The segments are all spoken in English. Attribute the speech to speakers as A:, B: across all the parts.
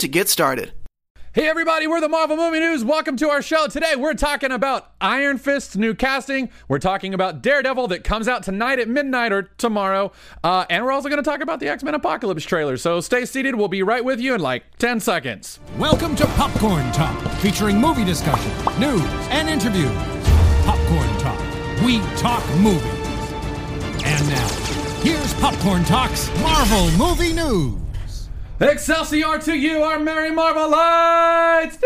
A: to get started.
B: Hey everybody, we're the Marvel Movie News. Welcome to our show. Today we're talking about Iron Fist's new casting. We're talking about Daredevil that comes out tonight at midnight or tomorrow, uh, and we're also going to talk about the X Men Apocalypse trailer. So stay seated. We'll be right with you in like ten seconds.
C: Welcome to Popcorn Talk, featuring movie discussion, news, and interviews. Popcorn Talk, we talk movies. And now, here's Popcorn Talk's Marvel Movie News.
B: Excelsior to you, our merry Marvel lights.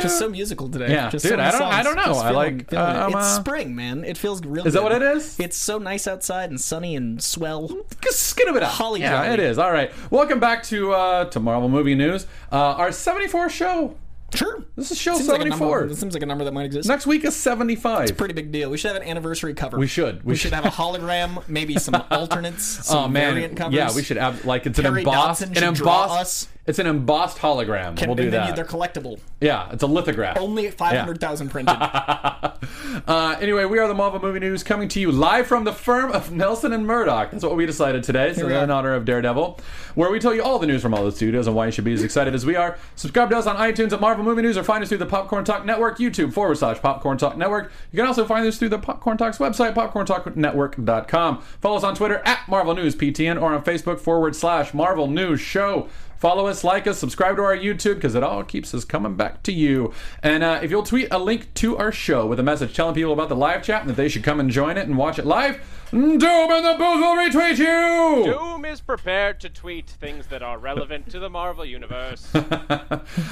D: Just so musical today.
B: Yeah,
D: Just
B: dude,
D: so many
B: I don't-
D: songs.
B: I don't know.
D: Just
B: I
D: feeling-
B: like,
D: feeling
B: uh,
D: it.
B: I'm,
D: it's
B: uh,
D: spring, man. It feels real.
B: Is that
D: good.
B: what it is?
D: It's so nice outside and sunny and swell.
B: Skin of it up.
D: Holly
B: yeah,
D: jolly.
B: it is. All right. Welcome back to uh, to Marvel Movie News. Uh, our 74 show.
D: Sure.
B: This is show
D: Seems like a
B: 74.
D: number- it seems like a number that might exist.
B: Next week is 75.
D: Pretty big deal. We should have an anniversary cover.
B: We should.
D: We, should have a hologram, maybe some alternates, some
B: Oh man,
D: variant covers.
B: yeah, we should have like it's an
D: Terry
B: embossed,
D: Dodson
B: an
D: should draw
B: embossed,
D: us.
B: it's an embossed hologram.
D: Can-
B: we'll do
D: and then you-
B: that.
D: They're collectible.
B: Yeah, it's a lithograph.
D: Only 500,000 printed.
B: Uh, anyway, we are the Marvel Movie News coming to you live from the firm of Nelson and Murdoch. That's what we decided today, so
D: we are.
B: in honor of Daredevil, where we tell you all the news from all the studios and why you should be as excited as we are. Subscribe to us on iTunes at Marvel Movie News or find us through the Popcorn Talk Network, YouTube forward slash Popcorn Talk Network. You can also find us through the Popcorn Talk's website, popcorntalknetwork.com. Follow us on Twitter at Marvel News PTN or on Facebook forward slash Marvel News Show. Follow us, like us, subscribe to our YouTube because it all keeps us coming back to you. And uh, if you'll tweet a link to our show with a message telling people about the live chat and that they should come and join it and watch it live, Doom and the Booth will retweet you.
E: Doom is prepared to tweet things that are relevant to the Marvel Universe.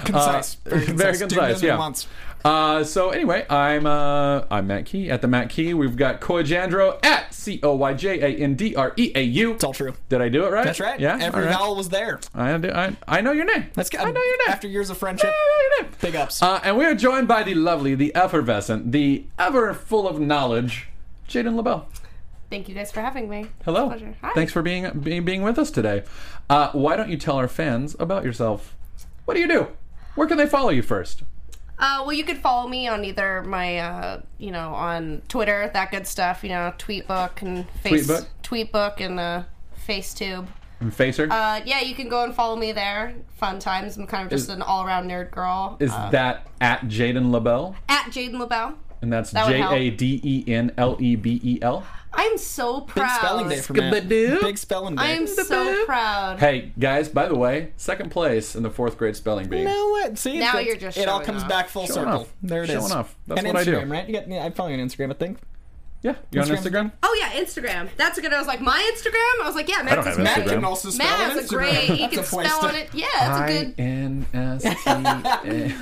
D: concise. very concise.
B: Very
D: Two
B: concise,
D: million
B: yeah.
D: months.
B: Uh, so anyway, I'm uh, I'm Matt Key at the Matt Key. We've got Coy Jandro at C O Y J A N D R E A U. It's
D: all true.
B: Did I do it right?
D: That's right.
B: Yeah.
D: Every
B: all right.
D: vowel was there.
B: I, do- I, I know your name.
D: Let's go.
B: I know your name.
D: After years of friendship. Big ups.
B: Uh, and we are joined by the lovely, the effervescent, the ever full of knowledge, Jaden LaBelle.
F: Thank you guys for having me.
B: Hello.
F: It's a pleasure. Hi.
B: Thanks for being, being being with us today. Uh, why don't you tell our fans about yourself? What do you do? Where can they follow you first?
F: Uh, well, you could follow me on either my, uh, you know, on Twitter, that good stuff. You know, Tweetbook and Face
B: Tweetbook?
F: Tweetbook and uh, FaceTube.
B: And Facer
F: Uh, yeah, you can go and follow me there. Fun times. I'm kind of just
B: Is-
F: an all-around nerd girl. Uh,
B: is that at Jaden LaBelle,
F: At Jaden LaBelle.
B: and that's
F: that would
B: J
F: help.
B: A D E N L E B E L.
F: I'm so
D: Big
F: proud.
D: spelling day for Matt.
B: Skibidoo.
D: Big spelling day.
F: I'm so proud.
B: Hey guys, by the way, second place in the fourth grade spelling bee.
D: No, what? See,
F: Now
D: that's-
F: you're just
D: it all
F: showing
D: comes
F: off.
D: back full
B: Showing
D: circle.
B: off.
D: There it is.
B: Showing off. That's
D: and
B: what I do.
D: Instagram, right? You got, yeah, I follow you on Instagram, I think.
B: Yeah, you on
D: Instagram's
B: Instagram?
F: Oh yeah, Instagram. That's a good. I was like, my Instagram. I was like, yeah, Matt's
B: don't have
F: is-
B: Matt Instagram. can
D: also
F: Matt is a great. He can spell on it. Yeah, it's a good.
B: I N S T A.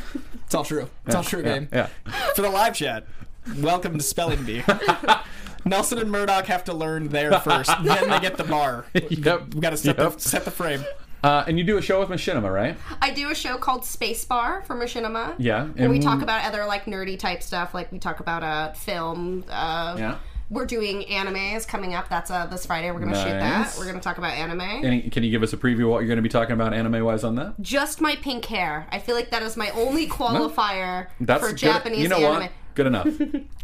D: It's all true. It's all true, game.
B: Yeah.
D: For the live chat, welcome to Spelling Bee. Nelson and Murdoch have to learn there first, then they get the bar. We
B: Yep. We
D: gotta set,
B: yep.
D: the, set the frame.
B: Uh, and you do a show with Machinima, right?
F: I do a show called Spacebar for Machinima.
B: Yeah,
F: And we
B: and-
F: talk about other like nerdy type stuff. Like we talk about uh, film. Uh,
B: Yeah.
F: We're doing animes coming up. That's uh, this Friday. We're gonna shoot
B: Nice.
F: that. We're gonna talk about anime.
B: And can you give us a preview of what you're going to be talking about anime wise on that?
F: Just my pink hair. I feel like that is my only qualifier
B: That's
F: for
B: good.
F: Japanese
B: You know
F: anime.
B: what? Good enough.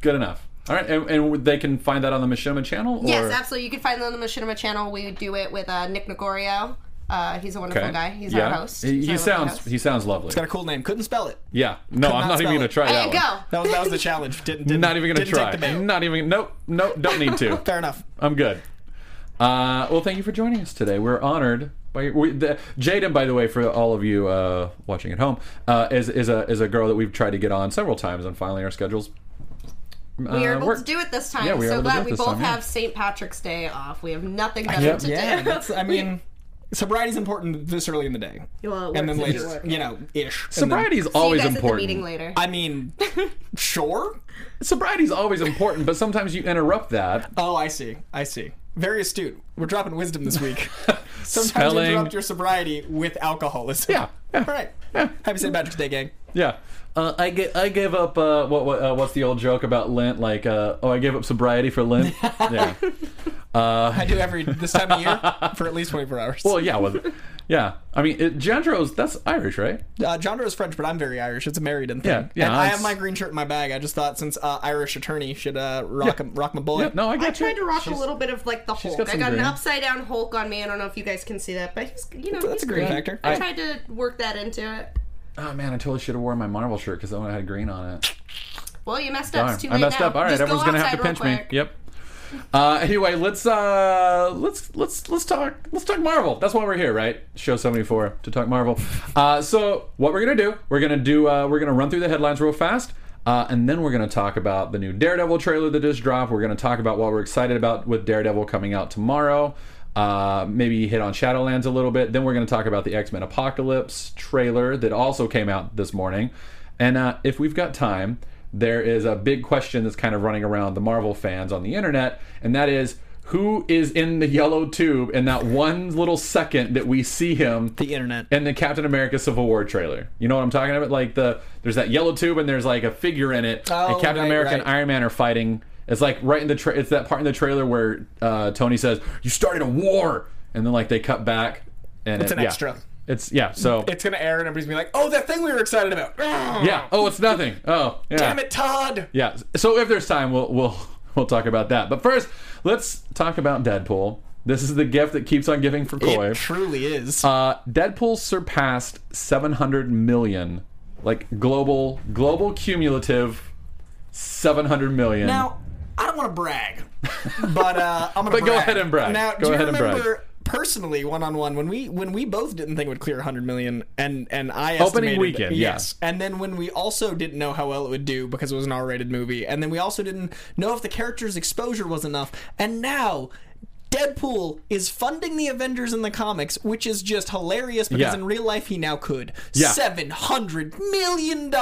B: good enough. All right, and, and they can find that on the Machinima channel. Or...
F: Yes, absolutely. You can find them on the Machinima channel. We do it with uh, Nick Negorio. Uh, he's a wonderful
B: Okay.
F: guy. He's
B: yeah.
F: our host.
B: He,
F: He's
B: he
F: our lovely
B: sounds
F: host.
B: he sounds lovely.
D: Got a cool name. Couldn't spell it.
B: Yeah. No,
D: Could
B: I'm
D: not
B: not even
D: spell
B: going to
D: it.
B: try
F: There
B: that
F: you
B: one.
F: go.
D: That was, that was the challenge. Didn't, didn't
B: Not even going to
D: didn't
B: try.
D: Take the bait.
B: Not even. Nope. Nope. Don't need to.
D: Fair enough.
B: I'm good. Uh, well, thank you for joining us today. We're honored. By, we, the, Jaden, by the way, for all of you uh, watching at home, uh, is, is a is a girl that we've tried to get on several times, and finally our schedules. Uh,
F: We were able to
B: worked.
F: do it this time.
B: Yeah, we were
F: so
B: able to do
F: glad
B: it
F: we
B: this
F: both
B: time, yeah.
F: have St. Patrick's Day off. We have nothing better
B: Yep.
F: to
D: Yeah,
F: do.
D: that's, I mean, sobriety's important this early in the day.
F: Well, it
D: and then
F: works. It
D: later,
F: works.
D: you know, ish. And then-
B: Sobriety is
F: See you
B: always
F: guys at the meeting
B: important.
F: later.
D: I mean, sure.
B: Sobriety is always important, but sometimes you interrupt that.
D: Oh, I see. I see. Very astute. We're dropping wisdom this week. Sometimes
B: Spelling.
D: interrupt your sobriety with alcoholism.
B: Yeah, yeah.
D: All right. Happy St. Patrick's Day, gang.
B: Yeah. Uh, I, gi- I gave up, uh, what, what, uh, what's the old joke about Lent? Like, uh, oh, I gave up sobriety for Lent? yeah.
D: I do every this time of year for at least 24 hours.
B: Well, Oh, yeah, was it? Yeah. I mean, it, Jandro's, that's Irish, right?
D: Uh, John is French, but I'm very Irish. It's a married in thing.
B: Yeah, yeah,
D: and I
B: it's-
D: have my green shirt in my bag. I just thought since uh, Irish attorney should uh, rock
B: Yeah.
D: rock my bullet.
B: Yeah, no, I got
F: I tried to
B: you.
F: rock
B: She's-
F: a little bit of like the Hulk.
B: got
F: I
B: some
F: got
B: green.
F: an upside down Hulk on me. I don't know if you guys can see that, but he's you know
D: That's
F: he's
D: a green
F: green.
D: factor.
F: I
D: I-
F: tried to work that into it.
B: Oh, man, I totally should have worn my Marvel shirt because that one had green on it.
F: Well, you messed up.
B: Darn.
F: It's too late
B: I messed
F: now.
B: up. All right,
F: Just
B: everyone's
F: go
B: gonna have to pinch
F: outside real
B: me.
F: quick.
B: Yep. Uh, anyway, let's uh, let's let's let's talk let's talk Marvel. That's why we're here, right? Show seventy four to talk Marvel. Uh, so what we're gonna do? We're gonna do uh, we're gonna run through the headlines real fast, uh, and then we're gonna talk about the new Daredevil trailer that just dropped. We're gonna talk about what we're excited about with Daredevil coming out tomorrow. Uh, maybe hit on Shadowlands a little bit. Then we're gonna talk about the X Men Apocalypse trailer that also came out this morning. And uh, if we've got time, there is a big question that's kind of running around the Marvel fans on the internet, and that is who is in the yellow tube in that one little second that we see him
D: The internet.
B: in the Captain America Civil War trailer. You know what I'm talking about? Like the there's that yellow tube and there's like a figure in it,
D: Oh,
B: and Captain
D: right,
B: America and
D: right.
B: Iron Man are fighting. It's like right in the tra- it's that part in the trailer where uh, Tony says, "You started a war," and then like they cut back, and
D: It's
B: it-
D: an
B: yeah.
D: extra.
B: It's yeah. So
D: It's gonna air and everybody's gonna be like, "Oh, that thing we were excited about."
B: yeah. Oh, it's nothing. Oh, yeah.
D: Damn it, Todd.
B: Yeah. So if there's time, we'll we'll we'll talk about that. But first, let's talk about Deadpool. This is the gift that keeps on giving for Koi.
D: It truly is.
B: Uh, Deadpool surpassed 700 million, like global global cumulative 700 million.
D: Now, I don't want to brag, but uh, I'm gonna.
B: But go
D: brag.
B: ahead and brag.
D: Now,
B: Go
D: do you
B: ahead and brag.
D: remember personally, one on one, when we when we both didn't think it would clear 100 million, and and I
B: Opening
D: estimated-
B: weekend, yeah.
D: yes, and then when we also didn't know how well it would do because it was an R-rated movie, and then we also didn't know if the character's exposure was enough, and now. Deadpool is funding the Avengers in the comics, which is just hilarious because
B: Yeah.
D: in real life he now could.
B: Yeah.
D: $700 million.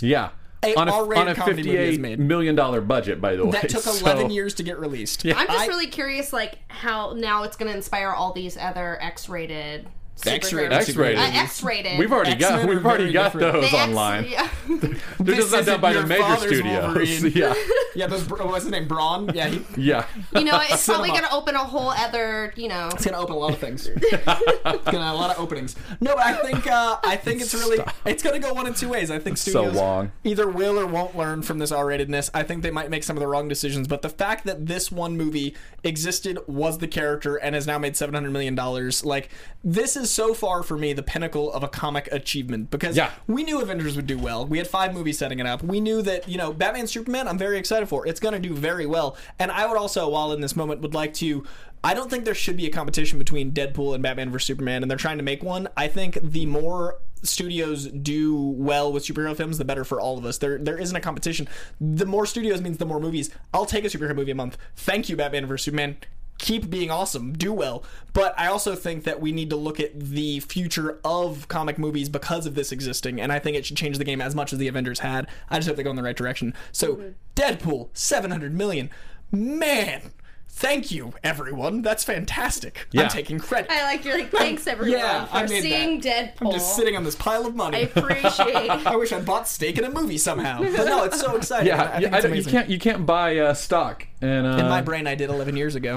B: yeah.
D: A
B: on a,
D: R-rated
B: on a
D: comedy movie is
B: 58
D: made.
B: million dollar budget, by the way.
D: That took
B: So-
D: 11 years to get released.
F: I'm just
D: I-
F: really curious, like how now it's going to inspire all these other X-rated.
D: X-rated
F: superheroes.
B: X-rated.
F: Uh, X-rated.
B: We've already got
D: X-Men
B: we've
D: are
B: already
D: very
B: got
D: different.
B: those
F: The X-
B: online.
F: yeah.
B: They're just not
D: This
B: done
D: isn't
B: by the
D: your
B: major
D: father's
B: studios.
D: Wolverine.
B: yeah.
D: Yeah, those bro- what's his name? Braun. Yeah, he, he's
B: Yeah.
F: you know, it's probably
D: Cinema.
F: going to open a whole other, you know.
D: gonna open a lot of things. It's gonna a lot of openings. No, but I think uh, I think it's really it's gonna go one of two ways. I think
B: so
D: studios
B: long.
D: either will or won't learn from this R-ratedness. I think they might make some of the wrong decisions. But the fact that this one movie existed, was the character, and has now made seven hundred million dollars, like this is so far for me the pinnacle of a comic achievement because
B: Yeah.
D: we knew Avengers would do well. We had five movies setting it up. We knew that, you know, Batman Superman, I'm very excited for. It's going to do very well. And I would also, while in this moment, would like to. I don't think there should be a competition between Deadpool and Batman vs. Superman, and they're trying to make one. I think the more studios do well with superhero films, the better for all of us. There, there isn't a competition. The more studios means the more movies. I'll take a superhero movie a month. Thank you, Batman vs. Superman keep being awesome, do well. But I also think that we need to look at the future of comic movies because of this existing, and I think it should change the game as much as the Avengers had. I just hope they go in the right direction. So,
F: Mhm.
D: Deadpool, 700 million. Man, thank you, everyone. That's fantastic.
B: Yeah.
D: I'm taking credit.
F: I like you're like thanks everyone
D: yeah, I
F: for
D: made
F: seeing
D: that.
F: Deadpool.
D: I'm just sitting on this pile of money.
F: I
D: I,
F: appreciate.
D: wish I'd bought steak in a movie somehow. But no, it's so exciting.
B: Yeah,
D: I think
B: yeah, I don't-
D: it's
B: you
D: amazing.
B: can't you can't buy uh, stock and uh,
D: In my brain, I did 11 years ago.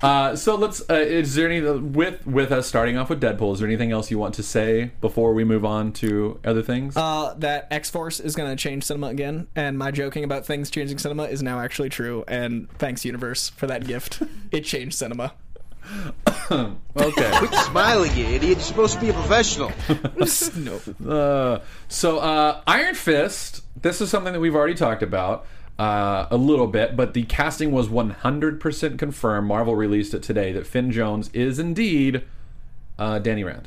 B: Uh, so let's. Uh, is there any with with us starting off with Deadpool? Is there anything else you want to say before we move on to other things?
D: uh, that X Force is going to change cinema again, and my joking about things changing cinema is now actually true. And thanks, universe, for that gift. It changed cinema.
B: okay.
G: Smiling, you idiot. You're supposed to be a professional.
D: No,
B: uh, so uh, Iron Fist. This is something that we've already talked about uh, a little bit, but the casting was 100% confirmed. Marvel released it today that Finn Jones is indeed uh, Danny Rand.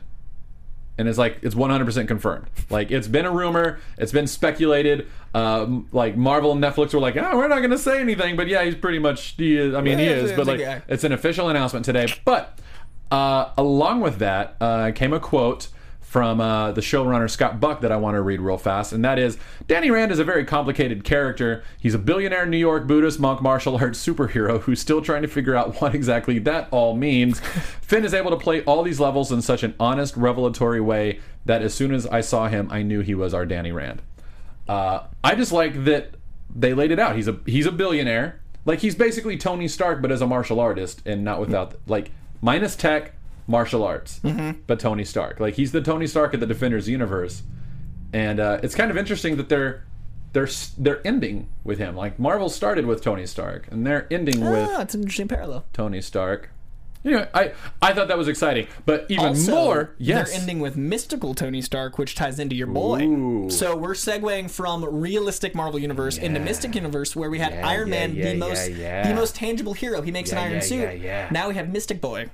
B: and it's like it's 100% confirmed like it's been a rumor it's been speculated um, like marvel and netflix were like ah, we're not going to say anything but yeah he's pretty much he is i mean he
D: Yeah,
B: is
D: it's-
B: but
D: it's a
B: like
D: guy.
B: it's an official announcement today but uh, along with that uh, came a quote from uh, the showrunner Scott Buck that I want to read real fast, and that is Danny Rand is a very complicated character. He's a billionaire New York Buddhist monk martial arts superhero who's still trying to figure out what exactly that all means. Finn is able to play all these levels in such an honest, revelatory way that as soon as I saw him, I knew he was our Danny Rand. Uh, I just like that they laid it out. He's a he's a billionaire. Like he's basically Tony Stark, but as a martial artist and not without like minus tech, martial arts,
D: Mm-hmm.
B: but Tony Stark. Like he's the Tony Stark of the Defenders universe, and uh, it's kind of interesting that they're they're s- they're ending with him. Like Marvel started with Tony Stark, and they're ending with
D: Ah, it's an interesting parallel.
B: Tony Stark. Anyway, I I thought that was exciting, but even
D: Also,
B: more, yes,
D: they're ending with mystical Tony Stark, which ties into your boy.
B: Ooh.
D: So we're segueing from realistic Marvel universe into mystic universe, where we had Iron
B: yeah,
D: Man,
B: yeah,
D: the most
B: yeah, yeah.
D: the most tangible hero. He makes an
B: Yeah,
D: iron
B: yeah,
D: suit.
B: yeah, yeah.
D: Now we have Mystic Boy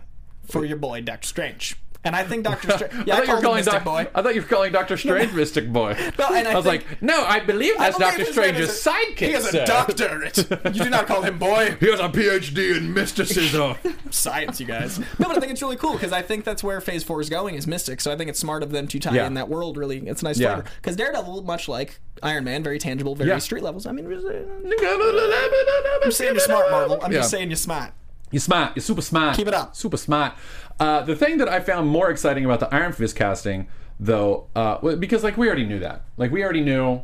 D: for your boy Doctor Strange, and I think Doctor Strange.
B: I
D: Yeah, I,
B: thought you
D: called
B: were
D: him
B: calling
D: Mystic
B: Doc-
D: Boy.
B: I thought you were calling Doctor Strange Mystic Boy.
D: Well, and
B: I,
D: I
B: was
D: think-
B: like, no, I believe that's
D: believe
B: Doctor
D: his name
B: Strange's
D: is a-
B: sidekick.
D: He has
B: sir.
D: a doctorate. you do not call him boy.
B: He has a PhD in mysticism.
D: science, you guys. no, but I think it's really cool because I think that's where Phase Four is going is Mystic. So I think it's smart of them to tie
B: Yeah.
D: in that world. Really, it's a nice
B: Yeah.
D: flavor because Daredevil, much like Iron Man, very tangible, very
B: Yeah.
D: street levels. I mean, I'm
B: I'm
D: saying you're smart, Marvel. I'm just saying you're smart.
B: You're smart. You're super smart.
D: Keep it up.
B: Super smart. Uh, the thing that I found more exciting about the Iron Fist casting, though, uh, w- because like we already knew that, like we already knew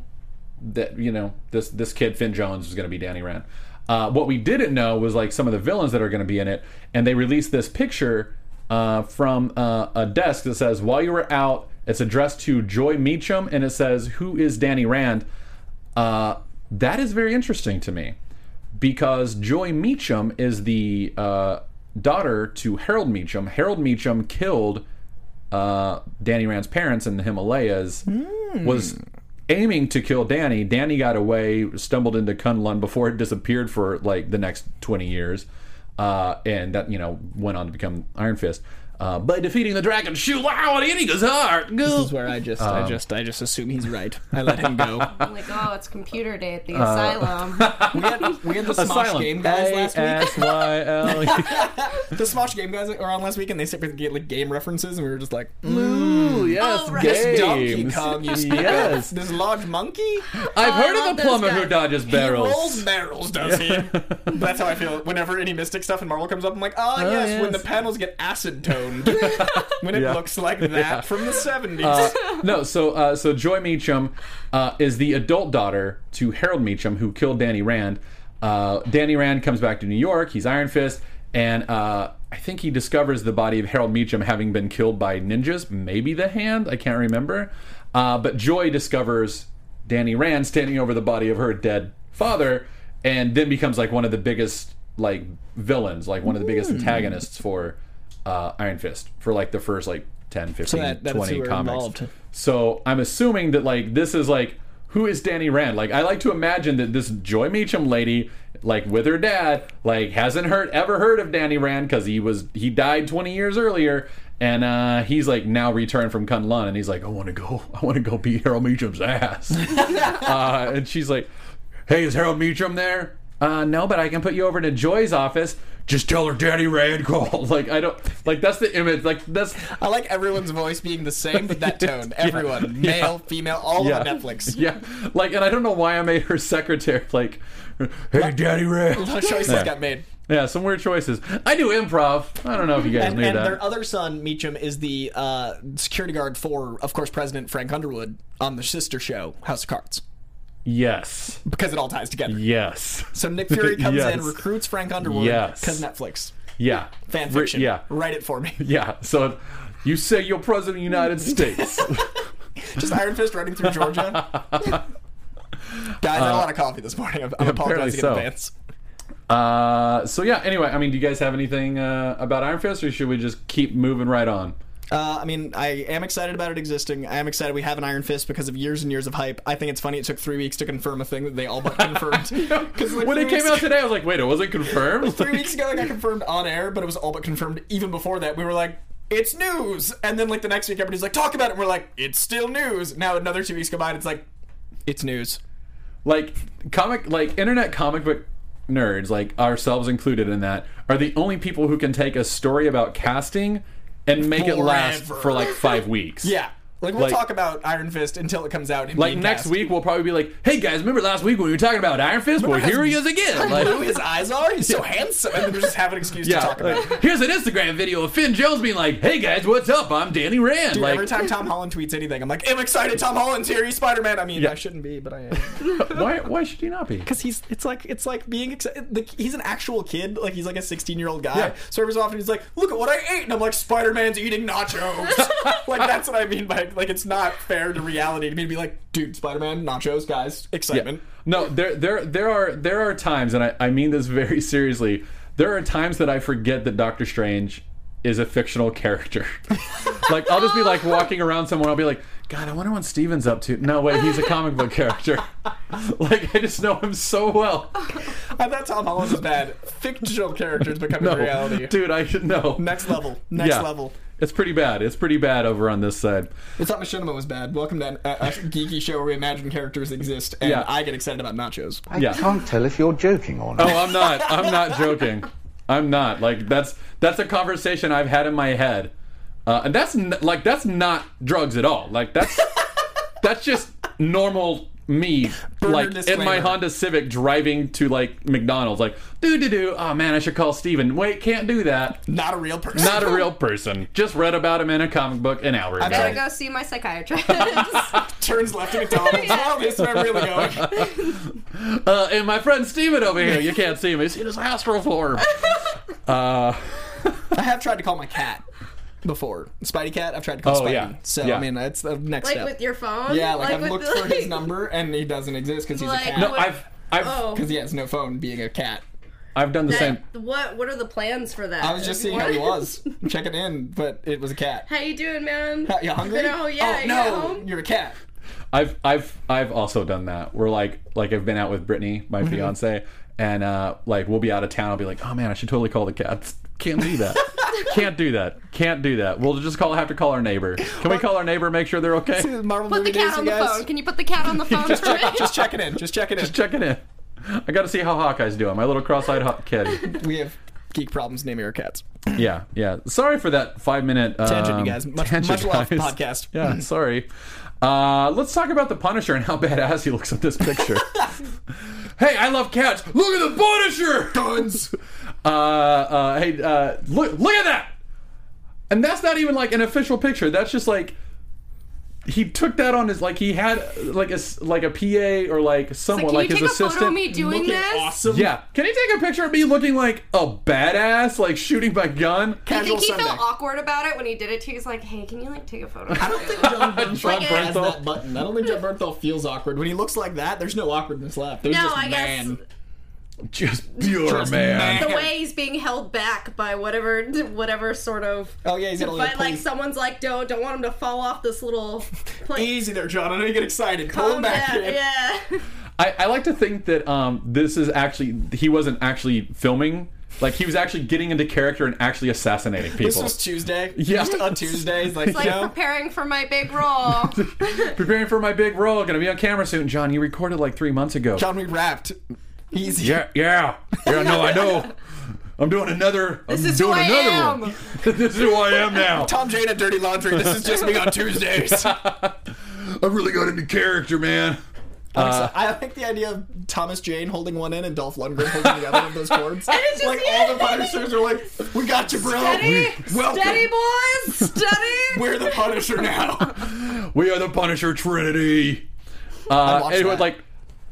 B: that you know this this kid Finn Jones was going to be Danny Rand. Uh, what we didn't know was like some of the villains that are going to be in it, and they released this picture uh, from uh, a desk that says, "While you were out," it's addressed to Joy Meacham, and it says, "Who is Danny Rand?" Uh, that is very interesting to me because Joy Meacham is the uh, daughter to Harold Meacham. Harold Meacham killed uh, Danny Rand's parents in the Himalayas. Was aiming to kill Danny. Danny got away, stumbled into Kunlun before it disappeared for like the next twenty years, uh, and that you know went on to become Iron Fist. Uh, by defeating the dragon, shoot wow on Inigo's heart.
D: This is where I just, I
B: Um.
D: just, I just assume he's right. I let him go.
F: I'm like, oh, it's computer day at the
D: Uh,
F: asylum.
D: we, had, we had the Smosh game guys last week.
B: A-S-Y-L-U.
D: The Smosh game guys were on last week, and they said we could get like game references, and we were just like, "Mm,
B: Ooh, yes,
F: Oh, right.
D: "This Donkey
B: games.
D: Kong, you speak
B: yes.
D: of? This large monkey?
B: I've heard
F: I
B: of
F: love
B: a
F: those
B: plumber who
F: guys.
B: dodges barrels.
D: He rolls barrels, does he? That's how I feel whenever any mystic stuff in Marvel comes up. I'm like, oh, yes, when the
B: yes.
D: panels get acid toned, when it
B: Yeah.
D: looks like that from the 70s.
B: no, so uh, so Joy Meacham uh, is the adult daughter to Harold Meacham, who killed Danny Rand. Uh, Danny Rand comes back to New York. He's Iron Fist, and uh, I think he discovers the body of Harold Meacham having been killed by ninjas, maybe the hand. I can't remember. Uh, but Joy discovers Danny Rand standing over the body of her dead father, and then becomes like one of the biggest like villains, like one of the
D: Hmm.
B: biggest antagonists for uh, Iron Fist for like the first like 10, 15,
D: that- that's
B: 20
D: who we're
B: comics.
D: involved.
B: So I'm assuming that like this is like who is Danny Rand? Like I like to imagine that this Joy Meacham lady, like with her dad, like hasn't heard ever heard of Danny Rand because he was he died 20 years earlier, and uh, he's like now returned from Kunlun, and he's like I want to go, I want to go beat Harold Meacham's ass, uh, and she's like, Hey, is Harold Meacham there? Uh, no, but I can put you over to Joy's office. Just tell her Danny Rand called. Like I don't like that's the image. Like that's
D: I like everyone's voice being the same, but that tone. Everyone, male, female, all on Netflix.
B: Yeah, like, and I don't know why I made her secretary like, "Hey, Daddy
D: A lot
B: Ray."
D: of choices
B: Yeah.
D: got made.
B: Yeah, some weird choices. I do improv. I don't know if you guys
D: And,
B: knew
D: and
B: that.
D: their other son, Meacham, is the uh, security guard for, of course, President Frank Underwood on the sister show, House of Cards.
B: yes,
D: Because it all ties together.
B: yes,
D: So Nick Fury comes in,
B: Yes.
D: recruits Frank Underwood,
B: Yes.
D: because Netflix.
B: yeah,
D: Fan
B: Re-
D: fiction.
B: yeah,
D: Write it for me.
B: yeah. So you say you're president of the United States.
D: Just Iron Fist running through Georgia. Guys, I had a lot of coffee this morning. I'm, I'm
B: Uh, apparently
D: apologizing
B: so.
D: in advance.
B: uh, so yeah. Anyway, I mean, do you guys have anything uh, about Iron Fist, or should we just keep moving right on?
D: Uh, I mean, I am excited about it existing. I am excited we have an Iron Fist because of years and years of hype. I think it's funny it took three weeks to confirm a thing that they all but confirmed. Because
B: when it came out today, I was like, "Wait, it wasn't confirmed."
D: three weeks ago, it got confirmed on air, but it was all but confirmed even before that. We were like, it's news. And then, like, the next week, everybody's like, talk about it. And we're like, it's still news. Now, another two weeks go by, and it's like, it's news.
B: like comic like internet comic book nerds like ourselves included in that are the only people who can take a story about casting and make it last
D: Forever.
B: for like five weeks
D: Yeah. Like we'll
B: Like-
D: talk about Iron Fist until it comes out. in
B: Like
D: Gamecast.
B: next week, we'll probably be like, "Hey guys, remember last week when we were talking about Iron Fist? Well, here he is again." Like,
D: Who his eyes are? He's so handsome. And we just have an excuse
B: yeah,
D: to talk about. it.
B: like, here's an Instagram video of Finn Jones being like, "Hey guys, what's up? I'm Danny Rand."
D: Dude,
B: like,
D: every time Tom Holland tweets anything, I'm like, I'm excited. Tom Holland's here. He's Spider Man. I mean,
B: Yeah.
D: I shouldn't be, but I am.
B: why why should you not be?
D: Because he's it's like it's like being excited. Like, he's an actual kid. Like he's like a 16 year old guy.
B: Yeah.
D: So every so often he's like, look at what I ate, and I'm like, Spider Man's eating nachos. like that's what I mean by like it's not fair to reality to me to be like, dude, Spider Man nachos, guys, excitement.
B: No, there there there are there are times, and I, I mean this very seriously. There are times that I forget that Doctor Strange is a fictional character. like I'll just be like walking around somewhere, I'll be like, God, I wonder what Steven's up to. No, wait, he's a comic book character. like I just know him so well.
D: I thought Tom Holland was bad. Fictional characters becoming
B: No,
D: reality.
B: dude, I should know.
D: Next level. Next
B: Yeah.
D: level.
B: It's pretty bad. It's pretty bad over on this side.
D: It's not Machinima was bad. Welcome to a, a geeky show where we imagine characters exist, and
B: Yeah.
D: I get excited about nachos.
B: Yeah.
H: Can't tell if you're joking or not.
B: No, Oh, I'm not. I'm not joking. I'm not. Like that's that's a conversation I've had in my head, uh, and that's n- like that's not drugs at all. Like that's that's just normal me.
D: Burner
B: like in my
D: disclaimer.
B: Honda Civic driving to like McDonald's. Like doo doo doo. Oh man, I should call Steven. Wait, can't do that.
D: Not a real person.
B: Not a real person. Just read about him in a comic book an hour ago.
F: Gotta go see my psychiatrist. That's
D: turns left at McDonald's. Wow, this is where I'm really going.
B: Uh, and my friend Steven over here, you can't see him. He's in his astral form.
D: I have tried to call my cat before. Spidey cat, I've tried to call
B: Oh,
D: Spidey.
B: yeah.
D: So,
B: Yeah.
D: I mean, that's the next
F: like
D: step.
F: with your phone.
D: yeah, like, I've
F: with
D: looked
F: the-
D: for his number and he doesn't exist because he's
F: Like,
D: a cat.
B: No,
F: What-
B: I've I've
F: Oh,
D: Because he has no phone being a cat.
B: I've done the
F: that-
B: same.
F: what what are the plans for that?
D: I was just seeing how he was, checking in, but it was a cat.
F: How you doing, man?
D: Uh, You hungry? Oh,
F: No, yeah, you at
D: no,
F: home?
D: you're a cat.
B: I've I've I've also done that. We're like like I've been out with Brittany, my fiance, and uh, like we'll be out of town. I'll be like, oh man, I should totally call the cats. Can't do that. Can't do that. Can't do that. We'll just call. Have to call our neighbor. Can we call our neighbor? and Make sure they're okay.
D: Marvel
F: Put the
D: movie news,
F: cat on
D: you
F: the
D: guys.
F: phone. Can you put the cat on the phone for me?
D: Just checking in. Just checking in.
B: Checking in. I got to see how Hawkeye's doing. My little cross-eyed hot kid.
D: we have geek problems naming our cats.
B: Yeah, yeah. Sorry for that five-minute um,
D: Tangent, you guys. Much-
B: tangent,
D: much love,
B: guys.
D: podcast.
B: Yeah,
F: Hmm.
B: sorry. Uh, let's talk about the Punisher and how badass he looks in this picture. hey, I love cats. Look at the Punisher.
D: Guns.
B: uh, uh, hey, uh, look, look at that! And that's not even like an official picture. That's just like he took that on his like he had like a s- like a PA or like
F: Like,
B: someone
F: can
B: like,
F: you take
B: his
F: a photo of
B: assistant.
F: me doing
D: Looking
F: this?
D: awesome.
B: yeah, can he take a picture of me looking like a badass, like shooting my gun?
F: I
D: Casual
F: think he
D: Sunday.
F: felt awkward about it when he did it too. He's like, "Hey, can you like take a photo?" I don't think
B: John
D: has
B: Bernthal.
D: that button. I don't think John Bernthal feels awkward. When he looks like that, there's no awkwardness left. There's
F: No,
D: just
F: I guess
D: man.
B: Just pure
D: Just
B: man.
D: man.
F: the way he's being held back by whatever, whatever sort of.
D: Oh yeah, he's got a little
F: But like
D: police-
F: someone's like, don't don't want him to fall off this little. Plane.
D: Easy there, John. I know you get excited. Pull him
F: Calm
D: back
F: down.
D: in.
F: Yeah.
B: I, I like to think that um, this is actually he wasn't actually filming. Like he was actually getting into character and actually assassinating people.
D: This was Tuesday.
B: Yeah.
D: Just on Tuesdays, like,
F: Like
D: you know,
F: preparing for my big role.
B: preparing for my big role. Gonna be on camera soon. John, you recorded like three months ago.
D: John, we wrapped. Easy.
B: Yeah, yeah, yeah. No, I know. I'm doing another. I'm
F: is
B: doing
F: who I
B: another
F: am.
B: one. this is who I am now.
D: Tom Jane at Dirty Laundry. This is just me on Tuesdays.
B: I really got into character, man.
D: I like the idea of Thomas Jane holding one end and Dolph Lundgren holding the other of those cords.
F: it's just-
D: like all the Punishers are like, "We got you, bro.
F: Steady,
D: Oh, Welcome.
F: steady, boys, steady.
D: We're the Punisher now."
B: We are the Punisher Trinity. Uh,
D: watched
B: it was
D: that.
B: like,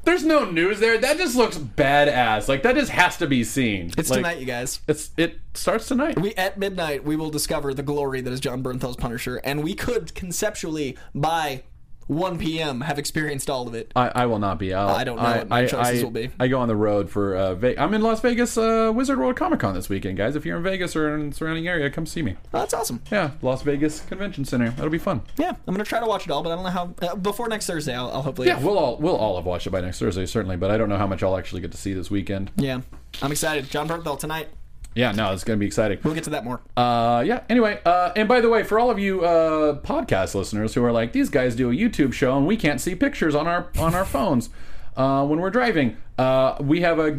B: there's no news there. That just looks badass. Like that just has to be seen.
D: It's
B: Like,
D: tonight, you guys.
B: It's it starts tonight.
D: We at midnight we will discover the glory that is John Bernthal's Punisher, and we could conceptually by 1 p.m. have experienced all of it. Uh,
B: I, I will not be out.
D: I don't know what my choices will be.
B: I go on the road for uh, Ve- I'm in Las Vegas uh, Wizard World Comic Con this weekend, guys. If you're in Vegas or in the surrounding area, come see me.
D: Oh, that's awesome.
B: Yeah, Las Vegas Convention Center. That'll be fun.
D: Yeah, I'm gonna try to watch it all, but I don't know how. Uh, before next Thursday, I'll, I'll hopefully.
B: Yeah, we'll all we'll all have watched it by next Thursday, certainly. But I don't know how much I'll actually get to see this weekend.
D: yeah, I'm excited. John Bernthal tonight.
B: Yeah, no, it's gonna be exciting.
D: We'll get to that more.
B: Uh, yeah. Anyway, uh, and by the way, for all of you uh, podcast listeners who are like, these guys do a YouTube show and we can't see pictures on our on our phones uh, when we're driving. Uh, we have a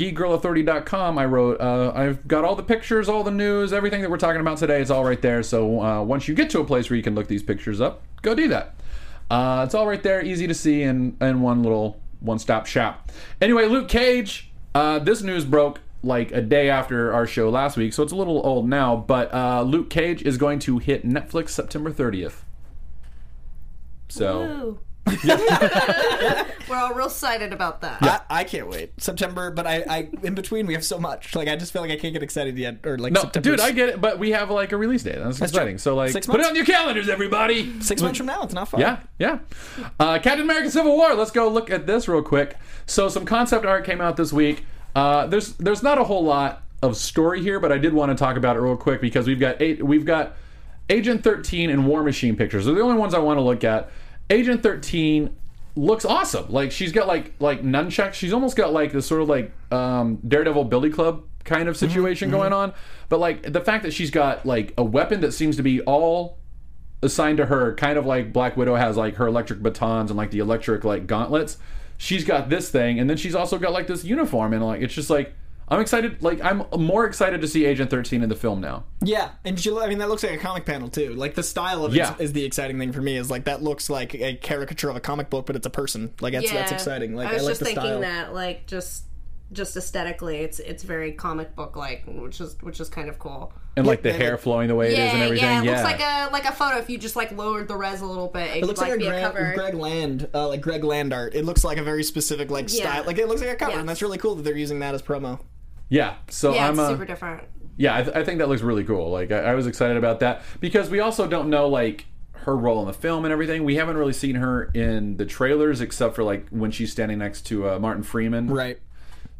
B: geekgirlauthority.com. I wrote. Uh, I've got all the pictures, all the news, everything that we're talking about today. It's all right there. So uh, once you get to a place where you can look these pictures up, go do that. Uh, it's all right there, easy to see, and and one little one stop shop. Anyway, Luke Cage. Uh, this news broke like a day after our show last week, so it's a little old now. But uh, Luke Cage is going to hit Netflix September 30th. So.
F: Ooh. We're all real excited about that.
D: I, I can't wait September, but I, I in between we have so much. Like I just feel like I can't get excited yet, or like
B: No,
D: September.
B: dude, I get it, but we have like a release date. That's,
D: That's
B: exciting.
D: true.
B: So like,
D: Six
B: put it
D: months?
B: on your calendars, everybody.
D: six months from now. It's not far.
B: Yeah, yeah. Uh, Captain America: Civil War. Let's go look at this real quick. So some concept art came out this week. Uh, there's there's not a whole lot of story here, but I did want to talk about it real quick because we've got eight, we've got Agent 13 and War Machine pictures. They're the only ones I want to look at. Agent 13 looks awesome. Like she's got like like nunchucks. She's almost got like this sort of like um, Daredevil Billy Club kind of situation going on. But like the fact that she's got like a weapon that seems to be all assigned to her, kind of like Black Widow has like her electric batons and like the electric like gauntlets. She's got this thing, and then she's also got like this uniform, and like it's just like I'm excited. Like I'm more excited to see Agent 13 in the film now.
D: yeah. And she, lo- I mean, that looks like a comic panel too. Like the style of
B: Yeah.
D: it is the exciting thing for me. Is like that looks like a caricature of a comic book, but it's a person. Like that's that's exciting. Like I,
F: I was
D: like
F: just
D: the
F: thinking
D: style.
F: that, like, just just aesthetically, it's it's very comic book like, which is which is kind of cool.
B: And like the hair flowing the way it is and everything. Yeah,
F: yeah. It looks like a like a photo if you just like lowered the res a little bit. It,
D: It looks
F: could,
D: like,
F: like,
D: a
F: be a
D: Greg,
F: cover.
D: Greg Land, uh, like Greg Land art. It looks like a very specific like
F: Yeah.
D: style. Like it looks like a cover,
F: Yeah.
D: and that's really cool that they're using that as promo.
B: yeah. So
F: yeah,
B: I'm
F: it's
B: uh,
F: super different.
B: yeah, I, th- I think that looks really cool. Like I, I was excited about that because we also don't know like her role in the film and everything. We haven't really seen her in the trailers except for like when she's standing next to uh, Martin Freeman.
D: Right.